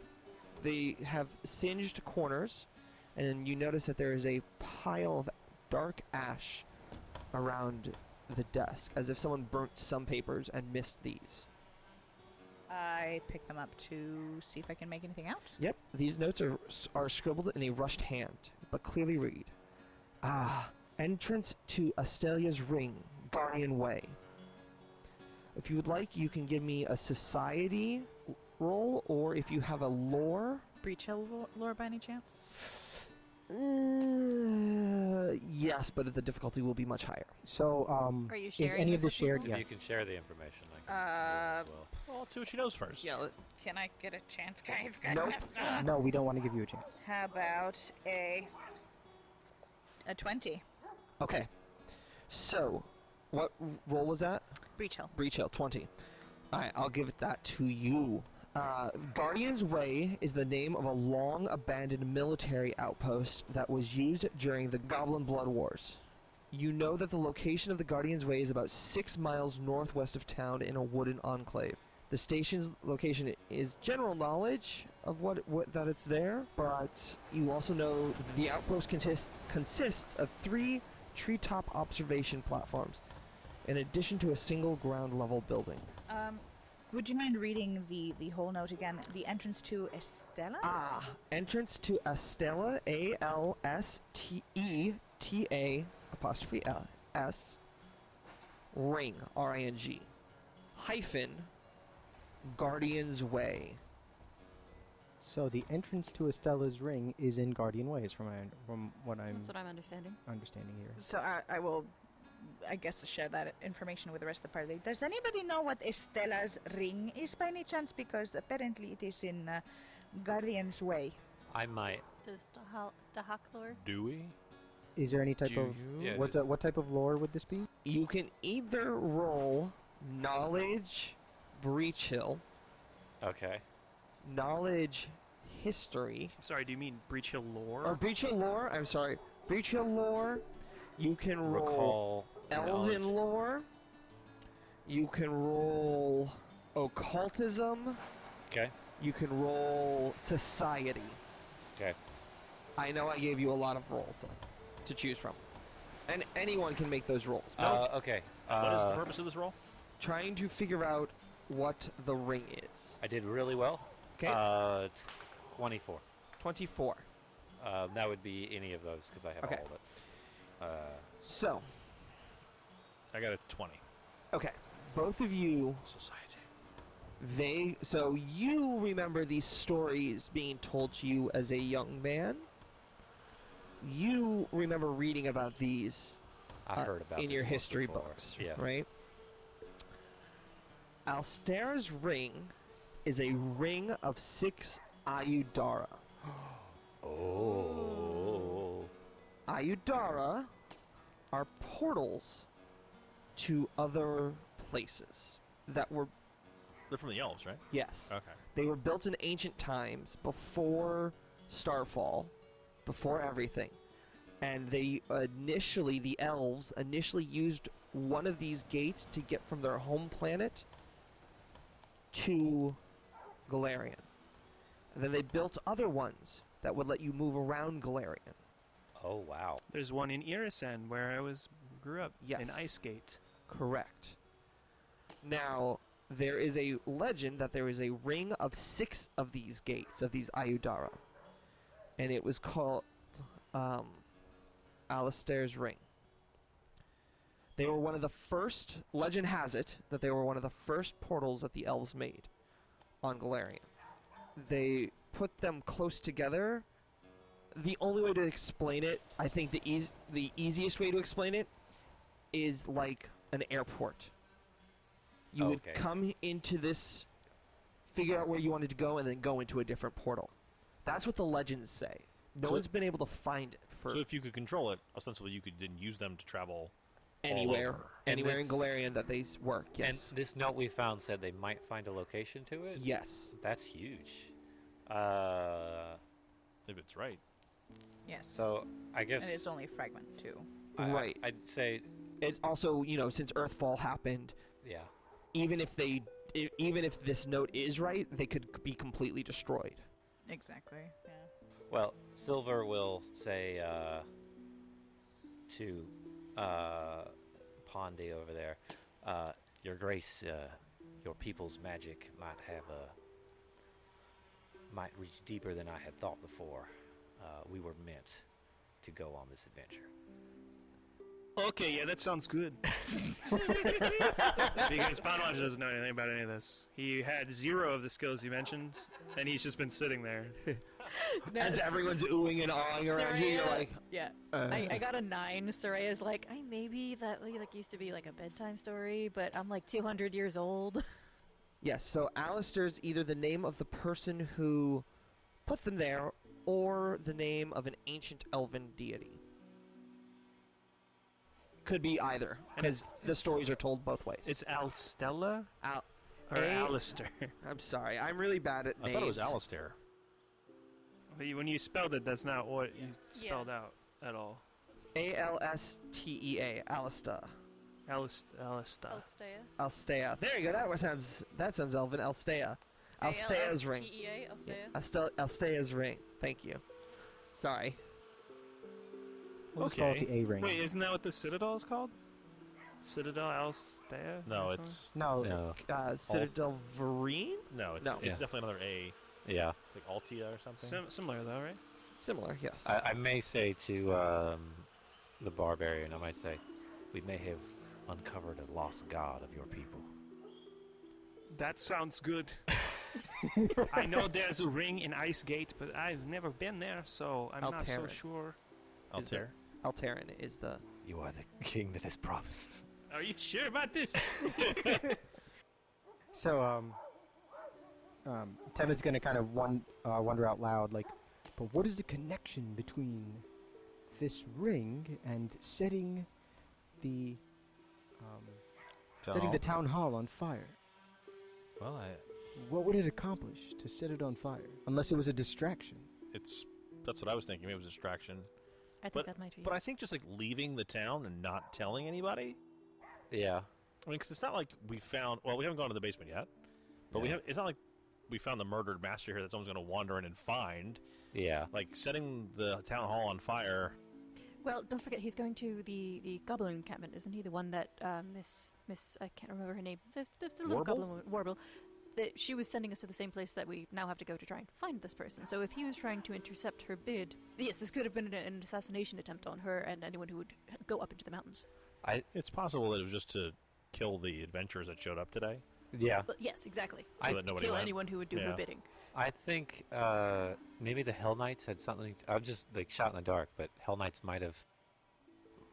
They have singed corners, and you notice that there is a pile of dark ash around the desk, as if someone burnt some papers and missed these.
I pick them up to see if I can make anything out.
Yep, these notes are, are scribbled in a rushed hand, but clearly read. Ah, entrance to Astelia's ring, Guardian Way. If you would like, you can give me a society roll, or if you have a lore.
Breach Hill lo- lore by any chance?
Uh, yes, but the difficulty will be much higher.
so, um,
Are you
is
sharing
any
this
of this
with people?
shared?
If
Yeah.
you can share the information, I can
Uh,
do it as well.
Well, let's see what she knows first.
Yeah. let-
Can I get a chance, guys?
No, we don't want to give you a chance.
How about a a twenty?
Okay. So, what r- roll was that?
Breach Hill.
Breach Hill, 20. Alright, I'll give that to you. Uh, Guardian's Way is the name of a long abandoned military outpost that was used during the Goblin Blood Wars. You know that the location of the Guardian's Way is about six miles northwest of town in a wooden enclave. The station's location is general knowledge of what, what that it's there, but you also know the outpost consists consists of three treetop observation platforms, in addition to a single ground level building.
Um, would you mind reading the the whole note again? The entrance to Estella.
Ah, entrance to Estella, A L S T E T A apostrophe L S ring R I N G hyphen Guardian's Way.
So the entrance to Estella's ring is in Guardian Ways, from my, from what I'm
That's what I'm understanding.
understanding here.
So I, I will, I guess, share that information with the rest of the party. Does anybody know what Estella's ring is by any chance? Because apparently it is in uh, Guardian's Way.
I might.
Does Dahal- Dahaklor?
Do we?
Is there any type
Do
of
you?
Yeah,
what's
there's-
a, what type of lore would this be?
You can either roll knowledge breach hill,
Okay.
knowledge history,
I'm sorry, do you mean Breach Hill lore?
or breach hill lore. I'm sorry, breach hill lore. You can roll
Recall. knowledge.
Elven lore. You can roll occultism.
Okay.
You can roll society.
Okay.
I know I gave you a lot of rolls to choose from. And anyone can make those rolls. But
Uh, okay.
What is the
Uh,
purpose of this roll?
trying to figure out what the ring is.
I did really well.
'Kay.
Uh, 24.
24.
Um, that would be any of those because I have
Okay.
all of it. Uh,
So,
I got a 20.
okay. Both of you
Society.
They so you remember these stories being told to you as a young man. You remember reading about these
I
uh,
heard about
in
this
your
once
history
before.
books,
Yeah.
right? Alstera's ring is a ring of six Ayudara.
Oh.
Ayudara are portals to other places that were
They're from the elves, right?
yes.
Okay.
They were built in ancient times before Starfall, before everything. And they initially, the elves initially used one of these gates to get from their home planet to Galarian. And then they built other ones that would let you move around Galarian.
Oh, wow.
There's one in Irisan where I was grew up.
Yes.
In Icegate.
Correct. Now, there is a legend that there is a ring of six of these gates, of these Ayudara. And it was called um, Alistair's Ring. They were one of the first, legend has it, that they were one of the first portals that the elves made on Galarian. They put them close together. The only way to explain it, I think the, eas- the easiest way to explain it, is like an airport. You
Okay.
would come into this, figure out where you wanted to go, and then go into a different portal. That's what the legends say. No
So-
one's been able to find it for
So if you could control it, ostensibly you could then use them to travel all
anywhere,
over.
And
anywhere in
this-
Galarian that they s- work. Yes,
And this note we found said they might find a location to it.
yes.
That's huge. Uh,
If it's right.
Yes.
so I guess
and it's only fragment two.
I,
Right.
I, would say,
It also, you know, since Earthfall happened,
yeah,
even if they, e- even if this note is right, they could c- be completely destroyed.
Exactly. Yeah.
Well, Silver will say uh, to uh, Pondy over there, uh, "Your Grace, uh, your people's magic might have a might reach deeper than I had thought before. Uh, we were meant to go on this adventure."
Okay, yeah, that sounds good. because Ponwatch doesn't know anything about any of this. He had zero of the skills you mentioned, and he's just been sitting there.
As everyone's oohing and awing around you, you're
Syria.
like,
Yeah, I, I got a nine. Soraya's like, I maybe that like used to be like a bedtime story, but I'm like 200 years old.
Yes, so Alistair's either the name of the person who put them there or the name of an ancient elven deity. Could be either,
And
because the stories are told both ways.
It's Alstella
Al-
or
A-
Alistair.
I'm sorry, I'm really bad at
I
names.
thought it was Alistair.
When you- when you spelled it, that's not what you spelled out at all.
A L S T E A, Alista,
Alist Alista.
Alstea. There you go. That one sounds that sounds elven. Alstea,
E
Alstea's ring. Alstea, Alstea's ring. Thank you. Sorry.
We'll just call it
Okay.
the A ring.
Wait, isn't that what the Citadel is called? Citadel Alstea?
No,
Uh-huh.
it's
no,
No,
Uh, Citadel Vereen?
no, it's
No.
it's
Yeah.
definitely another A,
yeah.
It's like Altia or something.
Sim- similar though, right?
Similar, yes.
I, I may say to um, the barbarian, I might say, we may have uncovered a lost god of your people.
That sounds good. I know there's a ring in Icegate, but I've never been there, so I'm not so
Alteran.
sure.
Is the-
Altair.
Alteran is the.
You are the king that is promised.
Are you sure about this?
So, um, um, Tevin's gonna kind of won, uh, wonder out loud, like, but what is the connection between this ring and setting the um, setting the town hall on fire?
Well, I,
What would it accomplish to set it on fire? Unless it was a distraction.
it's that's what I was thinking. Maybe it was distraction.
I think
But-
that might be.
But I think just like leaving the town and not telling anybody.
Yeah.
I mean, because it's not like we found. Well, we haven't gone to the basement yet, but we
Yeah.
have. It's not like we found the murdered master here that someone's going to wander in and find.
Yeah.
Like setting the town hall on fire.
well, don't forget he's going to the the goblin encampment, isn't he? The one that uh, Miss Miss I can't remember her name. The, the, the little
Warble?
goblin woman, Warble. That she was sending us to the same place that we now have to go to try and find this person. So if he was trying to intercept her bid, yes, this could have been an, an assassination attempt on her and anyone who would go up into the mountains.
I
It's possible that it was just to kill the adventurers that showed up today.
yeah.
But yes, exactly.
So
I-
that nobody
Kill
went.
anyone who would do
Yeah.
her bidding.
I think uh, maybe the Hell Knights had something. i I'm just like shot in the dark, but Hell Knights might have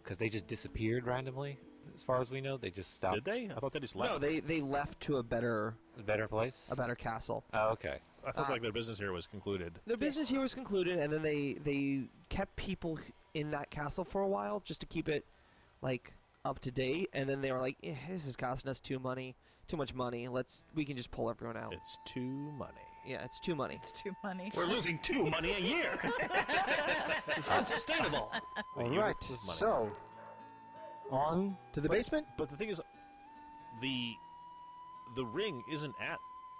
because they just disappeared randomly. As far as we know, they just stopped.
Did they? I thought they just left.
No, they they left to a better
A better place.
a better castle.
oh, okay.
I thought
Ah.
like their business here was concluded.
Their business here was concluded, and then they they kept people h- in that castle for a while just to keep it like up to date. And then they were like, eh, "This is costing us too money, too much money. Let's we can just pull everyone
Oh.
out."
It's too money.
yeah, it's too money.
It's too money.
We're losing two money a year. it's unsustainable.
All
You're
right.
worth money.
So, on to the
But-
basement.
But the thing is, the the ring isn't at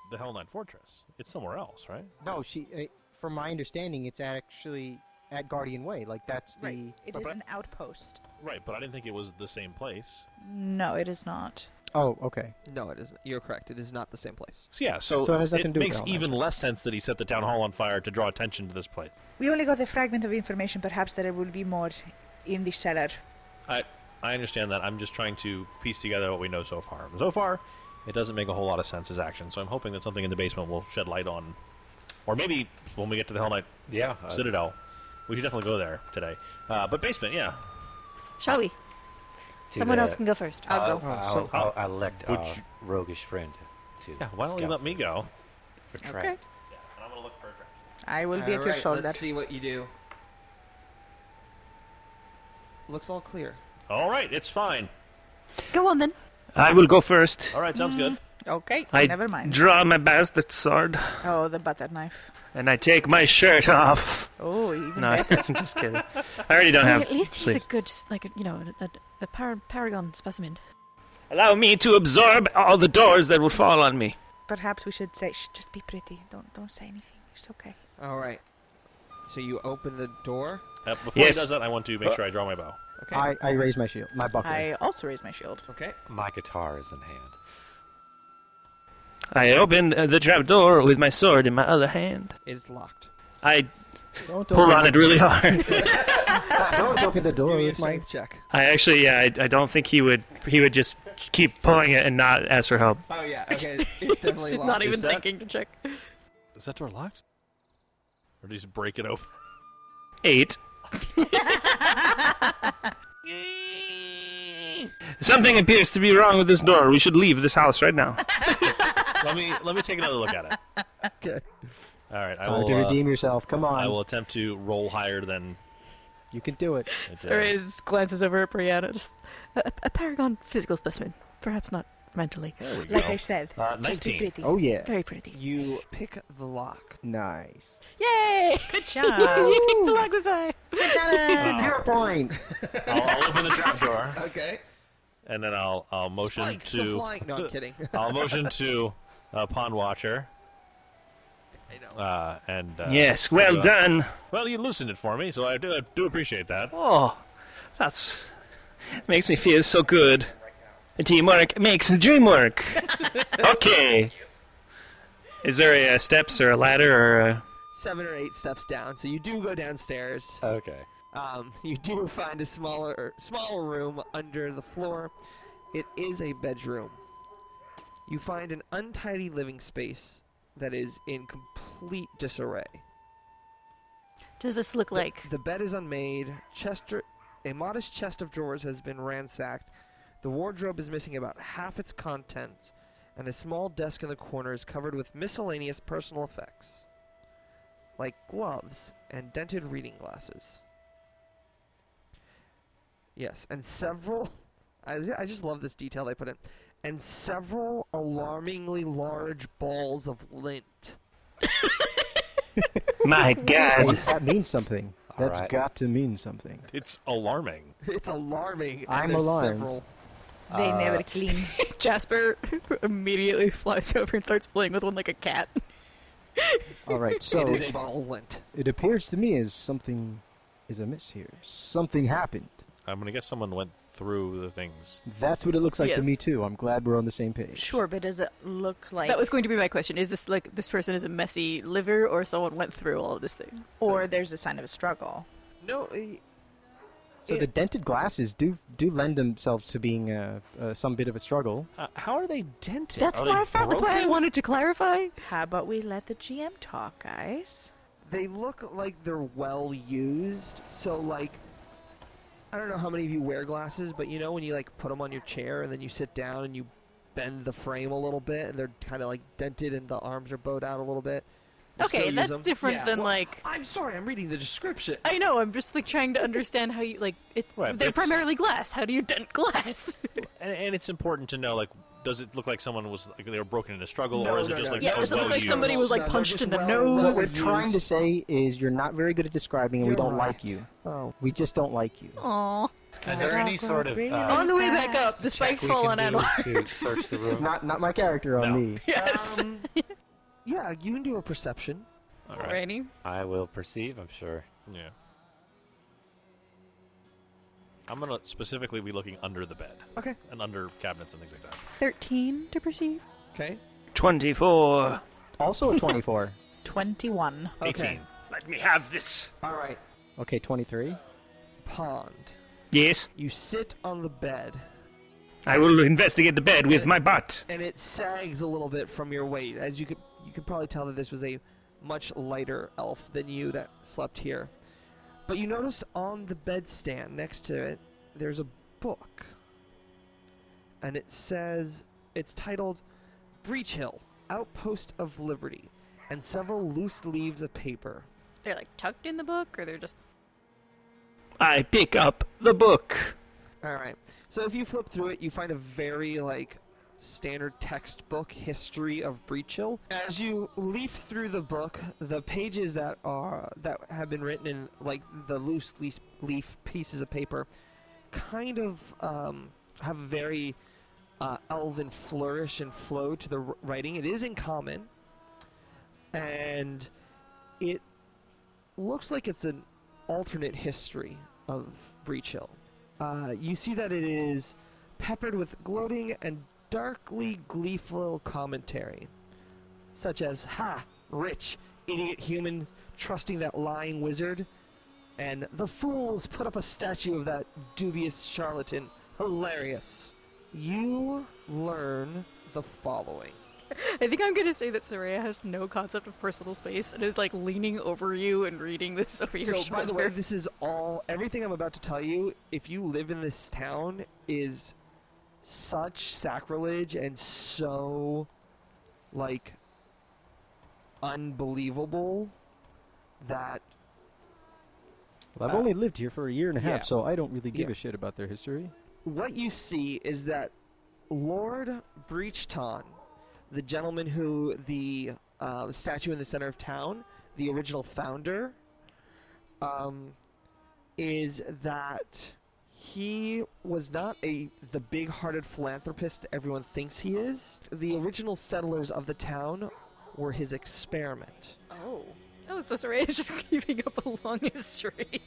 the Hell Knight Fortress. It's somewhere else, right?
No, she. Uh, from my understanding, it's actually at Guardian Way. Like that's the.
Right. It
But-
is
but-
an outpost.
Right, but I didn't think it was the same place.
No, it is not.
Oh, okay.
No, it isn't. You're correct. It is not the same place.
So yeah, so,
So it has nothing to do with
makes
Hell Knight.
even less sense that he set the town hall on fire to draw attention to this place.
We only got the fragment of information. Perhaps there will be more in the cellar.
I I understand that. I'm just trying to piece together what we know so far. So far, it doesn't make a whole lot of sense as action. So I'm hoping that something in the basement will shed light on, or maybe when we get to the Hell Knight
Yeah. uh,
Citadel, we should definitely go there today. Uh, but basement, yeah.
Shall we?
to
Someone
the-
else can go first. I'll go.
Oh,
I'll,
so-
I'll, I'll elect
Would
our
you-
roguish friend to.
Yeah, why don't you
scout
let me go?
for traps.
And I'm gonna look for a
I will be at your shoulder.
Let's see what you do. Looks all clear.
All right, it's fine.
Go on then.
I will go first.
All right, sounds good.
Okay,
I
never mind.
draw my bastard sword
oh, the butter knife.
and I take my shirt off.
Oh, even
No,
better.
I'm just kidding. I already don't
I mean,
have.
at least he's
sleeves.
a good, s- like a, you know, a, a, a par- paragon specimen.
Allow me to absorb all the doors that would fall on me.
Perhaps we should say, Shh, just be pretty. Don't don't say anything. It's okay.
All right. So you open the door.
Uh, before
Yes.
he does that, I want to
Uh,
make sure I draw my bow.
Okay.
I, I raise my shield, my buckler.
I also raise my shield.
Okay.
My guitar is in hand.
I open uh, the trapdoor with my sword in my other hand.
It is locked.
I
don't
pull on it really hard.
Don't open
Oh,
the door
Give me a
with my.
strength check.
I actually, yeah, I, I don't think he would. He would just keep pulling it and not ask for help.
Oh yeah. Okay. It's, it's definitely locked.
not even
Is that-
thinking to check.
Is that door locked? Or do you just break it open?
Eight. Something appears to be wrong with this door. We should leave this house right now.
let me let me take another look at it.
Okay.
All right, I
Time
will.
to
uh,
redeem yourself. Come on.
I will attempt to roll higher than.
You can do it.
it, uh,
Sorry, just glances over at Brianna. Just a, a- a paragon physical specimen, perhaps not mentally.
there we go.
Like I said,
Uh,
Just be
19.
pretty.
Oh yeah.
Very pretty.
You pick the lock.
Nice.
Yay!
good job.
you picked the lock this eye.
good job.
Uh,
point.
I'll, I'll open the trapdoor
Okay.
and then I'll I'll motion
Spikes the
to
flying. No, I'm kidding.
I'll motion to uh, Pond Watcher
I know.
uh, and uh,
yes, well
uh,
done.
Well, you loosened it for me, so I do I do appreciate that.
Oh, that's makes me feel so good. Teamwork makes the dream work. okay. Is there a, uh steps or a ladder or a...
Seven or eight steps down. So you do go downstairs.
Okay.
Um, you do find a smaller small room under the floor. It is a bedroom. You find an untidy living space that is in complete disarray.
Does this look
The-
like?
the, bed is unmade. Chester, a modest chest of drawers has been ransacked. The wardrobe is missing about half its contents, and a small desk in the corner is covered with miscellaneous personal effects, like gloves and dented reading glasses. Yes, and several. I, I just love this detail they put in. And several alarmingly large balls of lint.
My God.
That means something.
All
That's
right.
got to mean something.
It's alarming.
It's alarming. and
I'm
there's
alarmed.
Several.
They never clean.
Jasper immediately flies over and starts playing with one like a cat.
All right. So
it is a ball of lint.
it appears to me as something is amiss here. Something happened.
I'm gonna guess someone went through the things.
That's what it looks like to
Yes.
me too. I'm glad we're on the same page.
Sure, but does it look like
that was going to be my question. Is this like this person is a messy liver or someone went through all of this thing?
or there's a sign of a struggle?
No, eh, i-
So the dented glasses do do lend themselves to being uh, uh, some bit of a struggle.
Uh, how are they dented?
That's
Are
what
they
I thought. That's why I
broken?
wanted to clarify.
How about we let the GM talk, guys?
they look like they're well used. So like, I don't know how many of you wear glasses, but you know when you like put them on your chair and then you sit down and you bend the frame a little bit and they're kind of like dented and the arms are bowed out a little bit. You still
Okay,
use
that's
'em?
different
Yeah,
than
well,
like
I'm sorry, I'm reading the description.
I know. I'm just like trying to understand how you like. It,
Right, but
they're
it's-
primarily glass. How do you dent glass?
And, and it's important to know, like, does it look like someone was like they were broken in a struggle,
No,
or is it
no,
just
no,
like
no.
yeah,
a
does it look like
well-used-
somebody was like
No, they're
punched
just
in the
well-
What
nose?
we're
Those
trying to
used-
say is you're not very good at describing, and we
You're
don't
right.
like you.
Oh,
We just don't like you.
Aw.
Is there any sort of uh,
On the way back up, the
check
spikes
we
fall
can
on
do
Adler.
to search the room?
Not not my character on
No.
me.
Yes.
Um, yeah, you can do a perception.
All right.
Rainy.
I will perceive. I'm sure.
Yeah. I'm gonna specifically be looking under the bed.
Okay.
And under cabinets and things like that.
Thirteen to perceive.
Okay.
24.
Also a 24.
21.
Okay.
18.
Let me have this.
All right.
okay, 23.
Pond.
Yes,
You sit on the bed.
I will investigate the bed with my butt.
and it sags a little bit from your weight. As you could you could probably tell that this was a much lighter elf than you that slept here. But you noticed on the bedstand next to it, there's a book. And it says it's titled Breach Hill, Outpost of Liberty, and several loose leaves of paper.
They're like tucked in the book, or they're just
I pick up the book.
All right. So if you flip through it, you find a very like standard textbook history of Breach Hill. As you leaf through the book, the pages that are that have been written in like the loose leaf, leaf pieces of paper, kind of um, have a very uh, elven flourish and flow to the wr- writing. It is in common, and it looks like it's an alternate history of Breach Hill. Uh, you see that it is peppered with gloating and darkly gleeful commentary, such as "Ha, rich idiot human, trusting that lying wizard," and "The fools put up a statue of that dubious charlatan." Hilarious. You learn the following.
I think I'm gonna say that Soraya has no concept of personal space and is like leaning over you and reading this over your
so,
shoulder.
by the way, this is all everything I'm about to tell you. If you live in this town, is such sacrilege and so like unbelievable that
Well, I've
Uh,
only lived here for a year and a half,
yeah.
so I don't really give
Yeah.
a shit about their history.
what you see is that Lord Breachton, the gentleman who the uh, statue in the center of town, the original founder, um, is that he was not a the big-hearted philanthropist everyone thinks he is. The original settlers of the town were his experiment.
oh, oh, so Soraya is just keeping up a long history.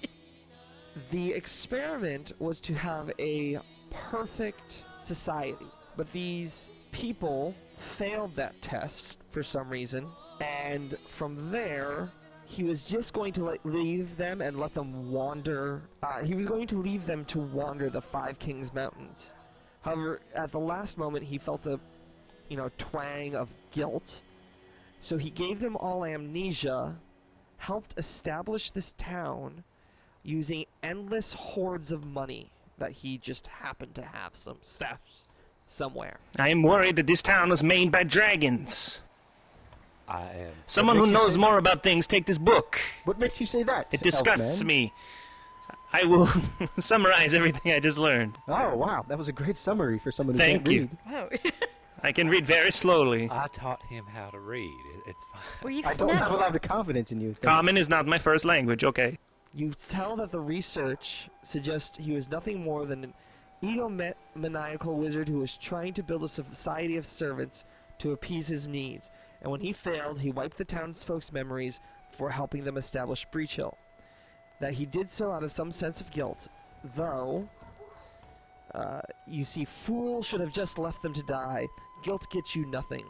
The experiment was to have a perfect society, but these people failed that test for some reason, and from there, he was just going to let, leave them and let them wander. Uh, he was going to leave them to wander the Five Kings Mountains. However, at the last moment, he felt a, you know, twang of guilt, so he gave them all amnesia, helped establish this town, using endless hordes of money that he just happened to have some stashed somewhere.
I am worried that this town was made by dragons.
I am.
Someone
What
who
makes you
knows
say
more about things, take this book.
What makes you say that?
It disgusts
Elfman?
me. I will summarize everything I just learned.
Oh wow, that was a great summary for someone who
Thank
can't
you.
read.
Wow.
I can read very slowly.
I taught him how to read. It, it's fine.
Were you
I
guys
don't have a
mad?
lot of confidence in you. thank
Common is not my first language, okay.
You tell that the research suggests he was nothing more than an egomaniacal wizard who was trying to build a society of servants to appease his needs, and when he failed, he wiped the townsfolk's memories for helping them establish Breach Hill. That he did so out of some sense of guilt, though. Uh, you see, fool should have just left them to die. Guilt gets you nothing.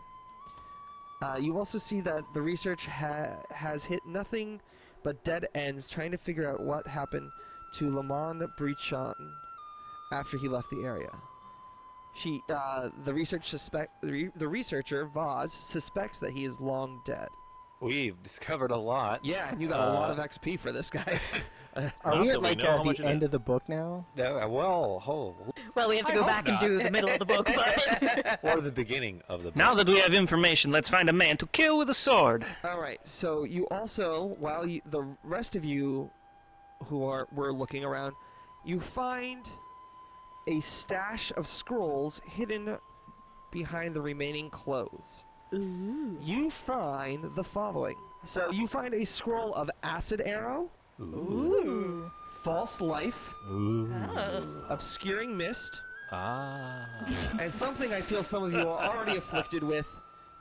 Uh, you also see that the research ha- has hit nothing but dead ends trying to figure out what happened to Lamond Breachon after he left the area. She, uh, the research suspect, the, re- the researcher Vaz suspects that he is long dead.
We've discovered a lot.
Yeah, and you got a lot
Uh,
of XP for this, guy.
Are
Not
we
that
at
we
like
know how
uh,
much
the
it
end
is.
of the book now,
No, uh, well, hold,
Well, we have to go
hope
back and
not.
do the middle of the book, but
or the beginning of the.
Now
book.
that we have information, let's find a man to kill with a sword.
All right. So you also, while you, the rest of you who are were looking around, you find a stash of scrolls hidden behind the remaining clothes. You find the following. So you find a scroll of acid arrow,
Ooh.
false life,
Oh.
obscuring mist,
Ah.
and something I feel some of you are already afflicted with,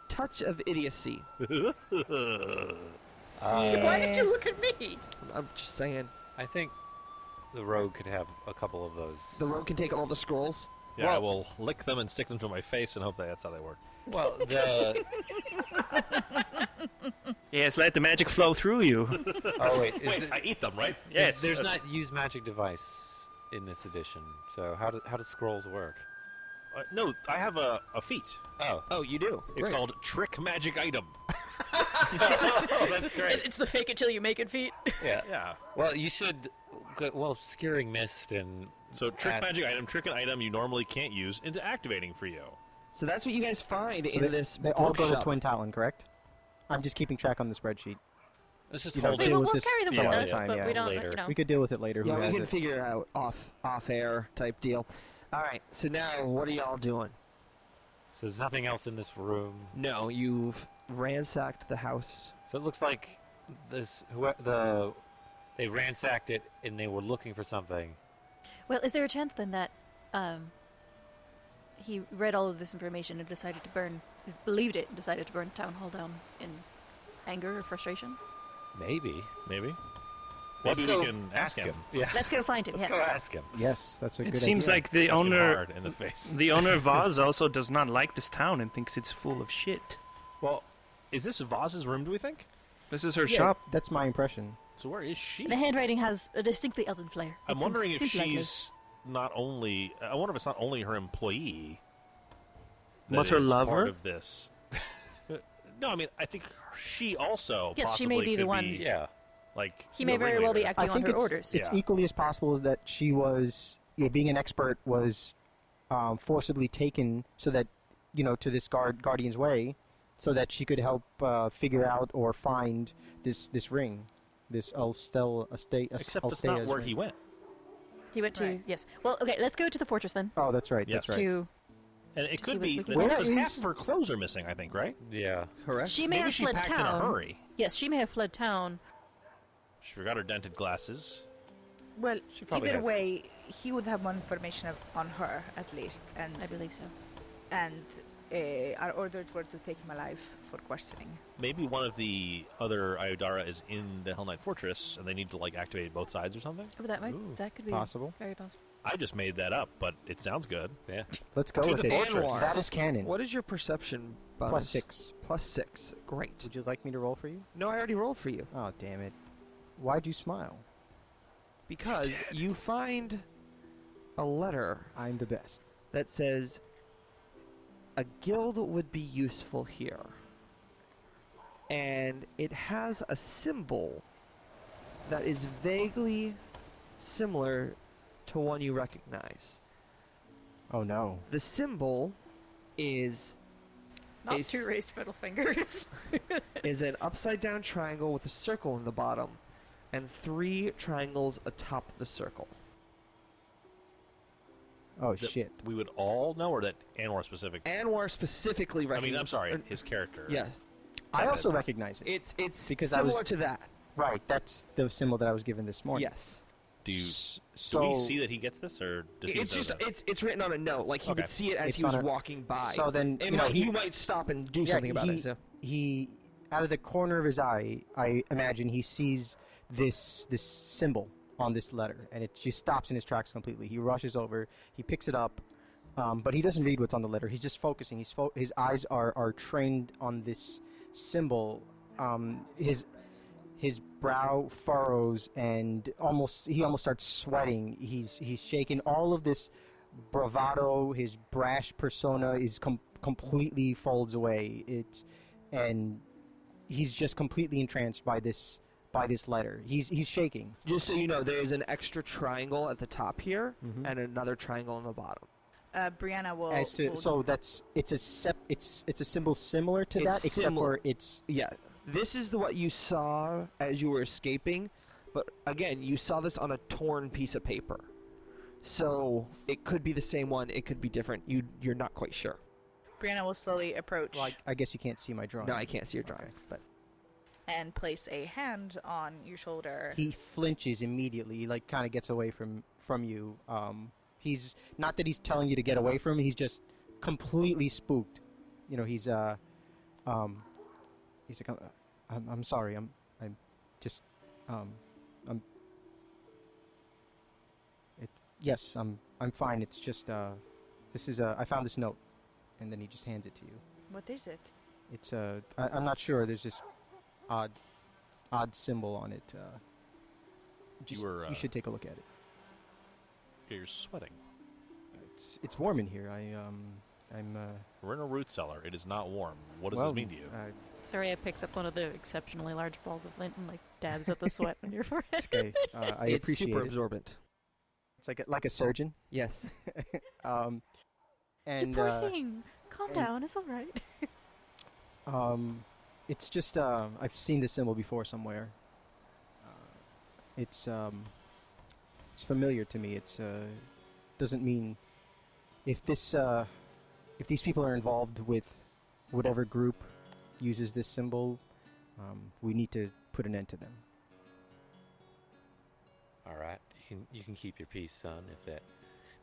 touch of idiocy.
Why did you look at me?
I'm just saying.
I think the rogue could have a couple of those.
The rogue can take all the scrolls.
Yeah, I will lick them and stick them to my face and hope that that's how they work.
Well, the.
Yes, let the magic flow through you.
oh wait, is
Wait,
it-
I eat them, right?
Yes,
there's
that's-
not use magic device in this edition. So how do how do scrolls work?
Uh, no, I have a, a feat.
Oh,
Oh, you do.
It's
Great.
called Trick Magic Item. Oh,
that's great.
It's the fake it till you make it feat.
Yeah.
Yeah.
Well, you should. go- Well, obscuring mist and
So Trick
add-
Magic Item, trick an item you normally can't use into activating for you.
So that's what you guys find
So
in
they,
this
they all go to
bookshop.
Twin Talon, correct? I'm just keeping track on the spreadsheet.
Let's just
You know,
hold
they
We
it.
deal
will,
with
we'll
this
carry them with
some
other
us,
time,
but
yeah,
we don't,
later.
you know.
We could deal with it later.
Yeah,
Who
we
has
can
it?
figure it out off off air type deal. All right, so now what are y'all doing?
So there's nothing else in this room.
No, you've ransacked the house.
So it looks like this whoe- the they ransacked it and they were looking for something.
Well, is there a chance then that um, he read all of this information and decided to burn, believed it, and decided to burn Town Hall down in anger or frustration?
Maybe.
Maybe.
Let's
Maybe
go
we can ask him.
Yeah.
Let's go find him,
Let's
yes.
go ask him.
Yes, that's a good
It seems
idea.
like the
Ask him
owner,
hard in the face.
the owner Vaz, also does not like this town and thinks it's full of shit.
well, is this Vaz's room? Do we think?
This is her
Yeah,
shop.
That's my impression.
So where is she?
The handwriting has a distinctly elven flair.
I'm
It
wondering
seems-
if
seems likely.
she's not only. I wonder if it's not only her employee. that
But her
is part
lover?
of this. no, I mean I think she also.
Yes, she may
possibly
be the
could
one-
Yeah.
Like
He may
the
very well be
ringleader.
acting
I
on
think
her
it's,
orders.
it's
Yeah.
equally as possible that she was, you know, being an expert was um, forcibly taken so that, you know, to this guard guardian's way, so that she could help uh, figure out or find this this ring, this Elstel estate.
Except that's not where he went.
He went to
Right.
yes. Well, okay, let's go to the fortress then.
Oh, that's right.
Yes.
That's right.
To
And it
To see
could
what
be
we
that
can-
because
Where
half
is-
of her clothes are missing. I think right.
Yeah.
Correct.
she may
Maybe
have
she
fled
packed
town.
in a hurry.
Yes, she may have fled town.
She forgot her dented glasses.
Well,
She probably
either
has-
way, he would have more information of, on her at least, and
I believe so.
and uh, our orders were to take him alive for questioning.
Maybe one of the other Iodara is in the Hell Knight Fortress, and they need to like activate both sides or something.
Oh, that might
Ooh,
that could be
possible.
Very possible.
I just made that up, but it sounds good.
Yeah.
Let's go
To
with
the
it.
fortress.
That is canon.
What is your perception bonus?
Plus six.
Plus six. Great.
Would you like me to roll for you?
No, I already rolled for you
Oh, damn it. Why'd you smile?
because you find a letter
I'm the best.
that says a guild would be useful here. And it has a symbol that is vaguely similar to one you recognize.
Oh no.
The symbol is
Not
Ace.
two raised middle fingers.
is an upside down triangle with a circle in the bottom and three triangles atop the circle.
Oh
That
shit.
We would all know, or that Anwar specific.
Anwar specifically
I
recognizes.
mean, I'm sorry, his character.
Yes.
I also recognize it.
It's it's
Because I
similar
was-
to that.
Right. That's the symbol that I was given this morning.
Yes.
Do you?
S-
Do we
so-
see that he gets this, or does he
it's
know
just
that?
it's it's written on a note. Like he
Okay.
would see it as
It's
he was
on a-
walking by.
so then,
it
you know,
might,
he-
you might stop and do
Yeah,
something about
he,
it. So.
He, out of the corner of his eye, I imagine he sees this this symbol on this letter, and it just stops in his tracks completely. He rushes over, he picks it up, um, but he doesn't read what's on the letter. He's just focusing. He's fo- his eyes are are trained on this symbol. Um, his his brow furrows and almost he almost starts sweating. He's he's shaken. All of this bravado, his brash persona is com- completely folds away. It and he's just completely entranced by this by this letter. He's he's shaking.
Just so you know, there is an extra triangle at the top here and another triangle on the bottom.
Uh, Brianna will.
As to,
will-
so that's it's a sep- it's it's a symbol similar to
It's
that, except
simil-
for it's
Yeah, this is the what you saw as you were escaping, but again, you saw this on a torn piece of paper. So it could be the same one. It could be different. You you're not quite sure.
Brianna will slowly approach
like I guess you can't see my drawing.
No, I can't see your drawing. But
and place a hand on your shoulder.
he flinches immediately. He like kind of gets away from from you. Um, he's not that he's telling you to get away from him. He's just completely spooked. You know, he's uh, um, he's like, "Uh, I'm, I'm sorry. I'm I'm just um, I'm. It yes, I'm I'm fine. It's just uh, this is uh, I found this note, and then he just hands it to you.
What is it?
It's uh, I, I'm not sure. There's this odd, odd symbol on it. Uh, just, you,
were, uh,
should take a look at it.
You're sweating.
It's it's warm in here. I um I'm. Uh,
We're in a root cellar. It is not warm. What does
well,
this mean to you?
Uh,
Saria picks up one of the exceptionally large balls of lint and like dabs at the sweat on your forehead.
it's okay. Uh, I
it's
appreciate
super
it.
absorbent.
It's like a, like a surgeon.
Yes.
Um, and
you poor
uh,
thing. Calm
and-
down. It's all right.
um, it's just uh, I've seen this symbol before somewhere. Uh, it's um, it's familiar to me. It's uh, doesn't mean if this uh, if these people are involved with whatever group uses this symbol, um, we need to put an end to them.
All right, you can you can keep your peace, son, if that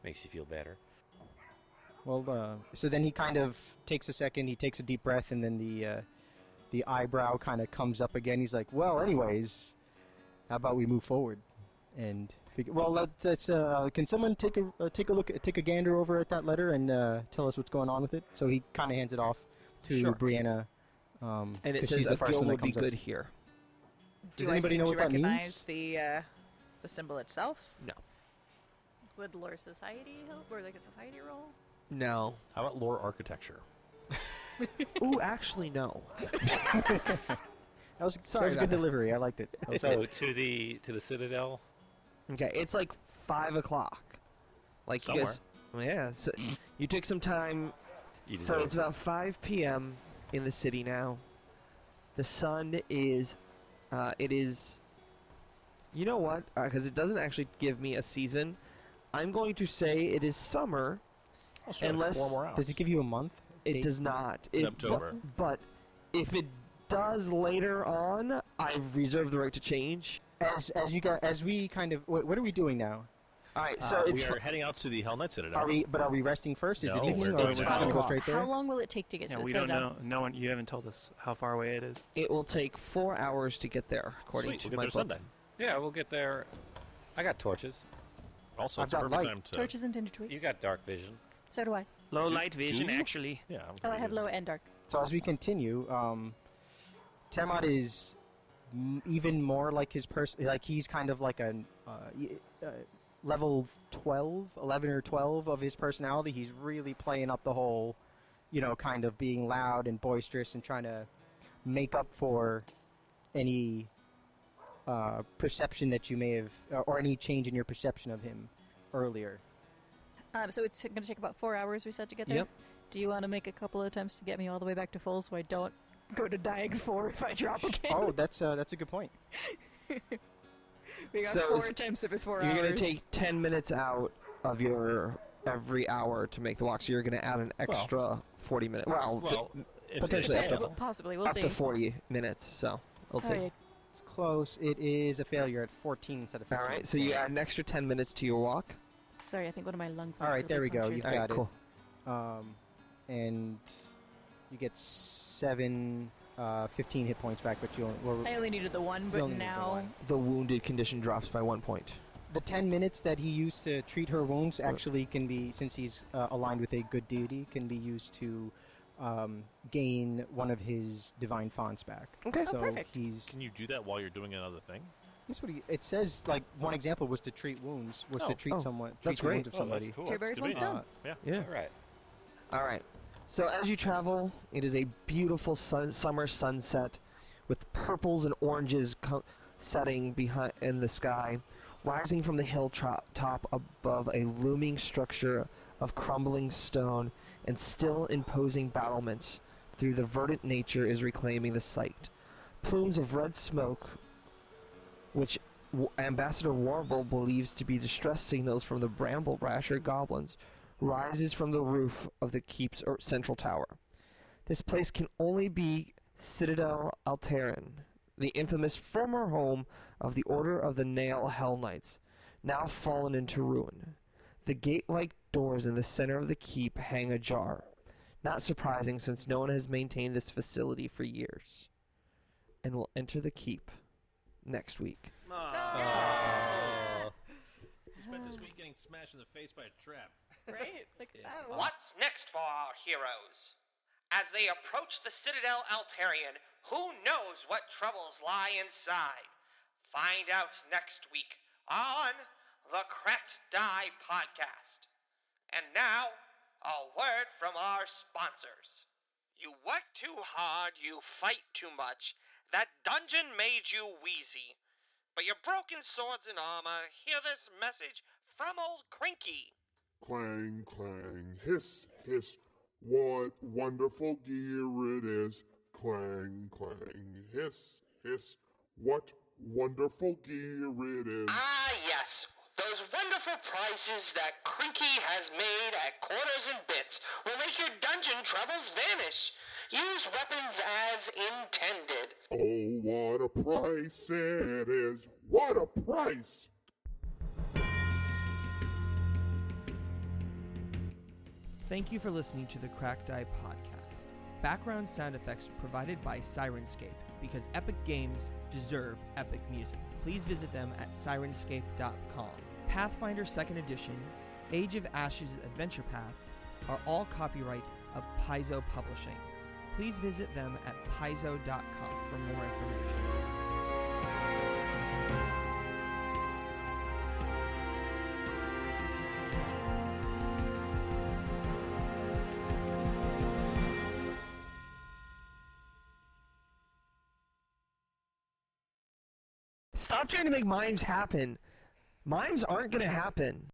makes you feel better.
Well, uh, so then he kind of takes a second. He takes a deep breath, and then the uh, the eyebrow kind of comes up again. He's like, "Well, anyways, how about we move forward?" And figure, well, let's. let's uh, can someone take a uh, take a look, take a gander over at that letter, and uh, tell us what's going on with it? So he kind of hands it off to
Sure.
Brianna. Um,
And it
'cause
says
she's the
a
first
gill
one that
would be
comes up.
good here.
Does
Do I
anybody
seem to
know what that means?
recognize the uh, the symbol itself?
Would lore society help, or like a society role?
No.
How about lore architecture?
Ooh, actually, no.
That was,
Sorry
that was a
about
good
that.
delivery. I liked it. That was
So
good.
to the to the Citadel.
Okay, it's like five o'clock. Like you guys, yeah. So you took some time.
You
So
deserve
it's
it.
about five p.m. in the city now. The sun is, uh, it is. You know what? Because it doesn't actually give me a season. I'm going to say it is summer.
Oh, so like
Unless-
four more hours.
Does it give you a month?
It
Date?
does not.
In
It- bu-
October.
But, if it does later on, I reserve the right to change.
As as you go, as we kind of, what, what are we doing now?
All right.
Uh,
So it's
we
fi-
are heading out to the Hell Knight Citadel.
Are we? But are we resting first? Is
No,
it
we're
evening, or
going
we're just
out.
gonna go straight there?
How long will it take to get to
Yeah,
the
we don't
Citadel?
know. No one, you haven't told us how far away it is.
it will take four hours to get there, according
Sweet,
to
we'll get
my
there
book.
Sunday.
Yeah, we'll get there. I got torches.
Also,
I've
it's a
got
perfect
light.
time to.
Torches and tinder
You
twigs.
got dark vision.
So do I.
Low
Do-
light
do
vision,
you?
actually.
Yeah. I'm
Oh, I
pretty
have
good.
low and dark.
So as we continue, um, Tamot is m- even more like his person. Like he's kind of like a uh, y- uh, level 12, 11 or twelve of his personality. He's really playing up the whole, you know, kind of being loud and boisterous and trying to make up for any uh, perception that you may have, or any change in your perception of him earlier.
Um, so it's going to take about four hours. We said to get there.
Yep.
Do you want to make a couple attempts to get me all the way back to full so I don't go to dying four if I drop again?
Oh, that's uh, that's a good point.
we got
So
four
it's-
attempts if it's 4
You're
hours.
gonna take ten minutes out of your every hour to make the walk, so you're gonna add an extra forty minutes. Well, th-
Well, if
potentially
they
up to-
fail,
Possibly. We'll
up
see.
to forty minutes. So it'll
Sorry,
take.
It's close. It is a failure at 14 instead of 15.
All right, so you add an extra ten minutes to your walk.
I- sorry, I think one of my lungs.
All
might
right,
still be
there we go.
punctured.
You've
All right,
got it.
cool.
Um, and you get seven, uh, 15 hit points back, but you'll. Well,
I only needed the one,
You'll
but
need the
now
one.
The wounded condition drops by one point.
the 10 minutes that he used to treat her wounds actually can be, since he's uh, aligned with a good deity, can be used to um, gain one of his divine fonts back.
Okay.
so
Oh, perfect.
he's.
Can you do that while you're doing another thing?
That's what he, it says. Like one example was to treat wounds, was
Oh.
to treat
Oh,
someone, treat
that's
the wounds
great.
of
Oh,
somebody.
that's cool.
Two
That's
birds,
good
one
to me.
stone.
Yeah.
All right.
All right. So as you travel, it is a beautiful sun- summer sunset with purples and oranges co- setting behind in the sky, rising from the hilltop top above a looming structure of crumbling stone and still imposing battlements through the verdant nature is reclaiming the site. Plumes of red smoke which w- Ambassador Warble believes to be distress signals from the bramble rasher goblins rises from the roof of the keep's or central tower. This place can only be Citadel Alteran, the infamous former home of the Order of the Nail Hell Knights, now fallen into ruin. The gate-like doors in the center of the keep hang ajar. Not surprising since no one has maintained this facility for years. And will enter the keep next week.
You spent this week getting smashed in the face by a trap.
Right? Like, ow.
What's next for our heroes? As they approach the Citadel Altarian, who knows what troubles lie inside? Find out next week on the Cracked Die Podcast. And now, a word from our sponsors. You work too hard, you fight too much. That dungeon made you wheezy. But your broken swords and armor hear this message from old Crinky.
Clang, clang, hiss, hiss. What wonderful gear it is. Clang, clang, hiss, hiss. What wonderful gear it is.
Ah, yes, the those wonderful prizes that Crinky has made at Quarters and Bits will make your dungeon troubles vanish. Use weapons as intended.
Oh, what a price it is! What a price!
Thank you for listening to the Cracked Eye podcast. Background sound effects provided by Sirenscape because epic games deserve epic music. Please visit them at sirenscape.com. Pathfinder 2nd Edition, Age of Ashes Adventure Path are all copyright of Paizo Publishing. Please visit them at paizo.com for more information.
Stop trying to make mimes happen. Mimes aren't going to happen.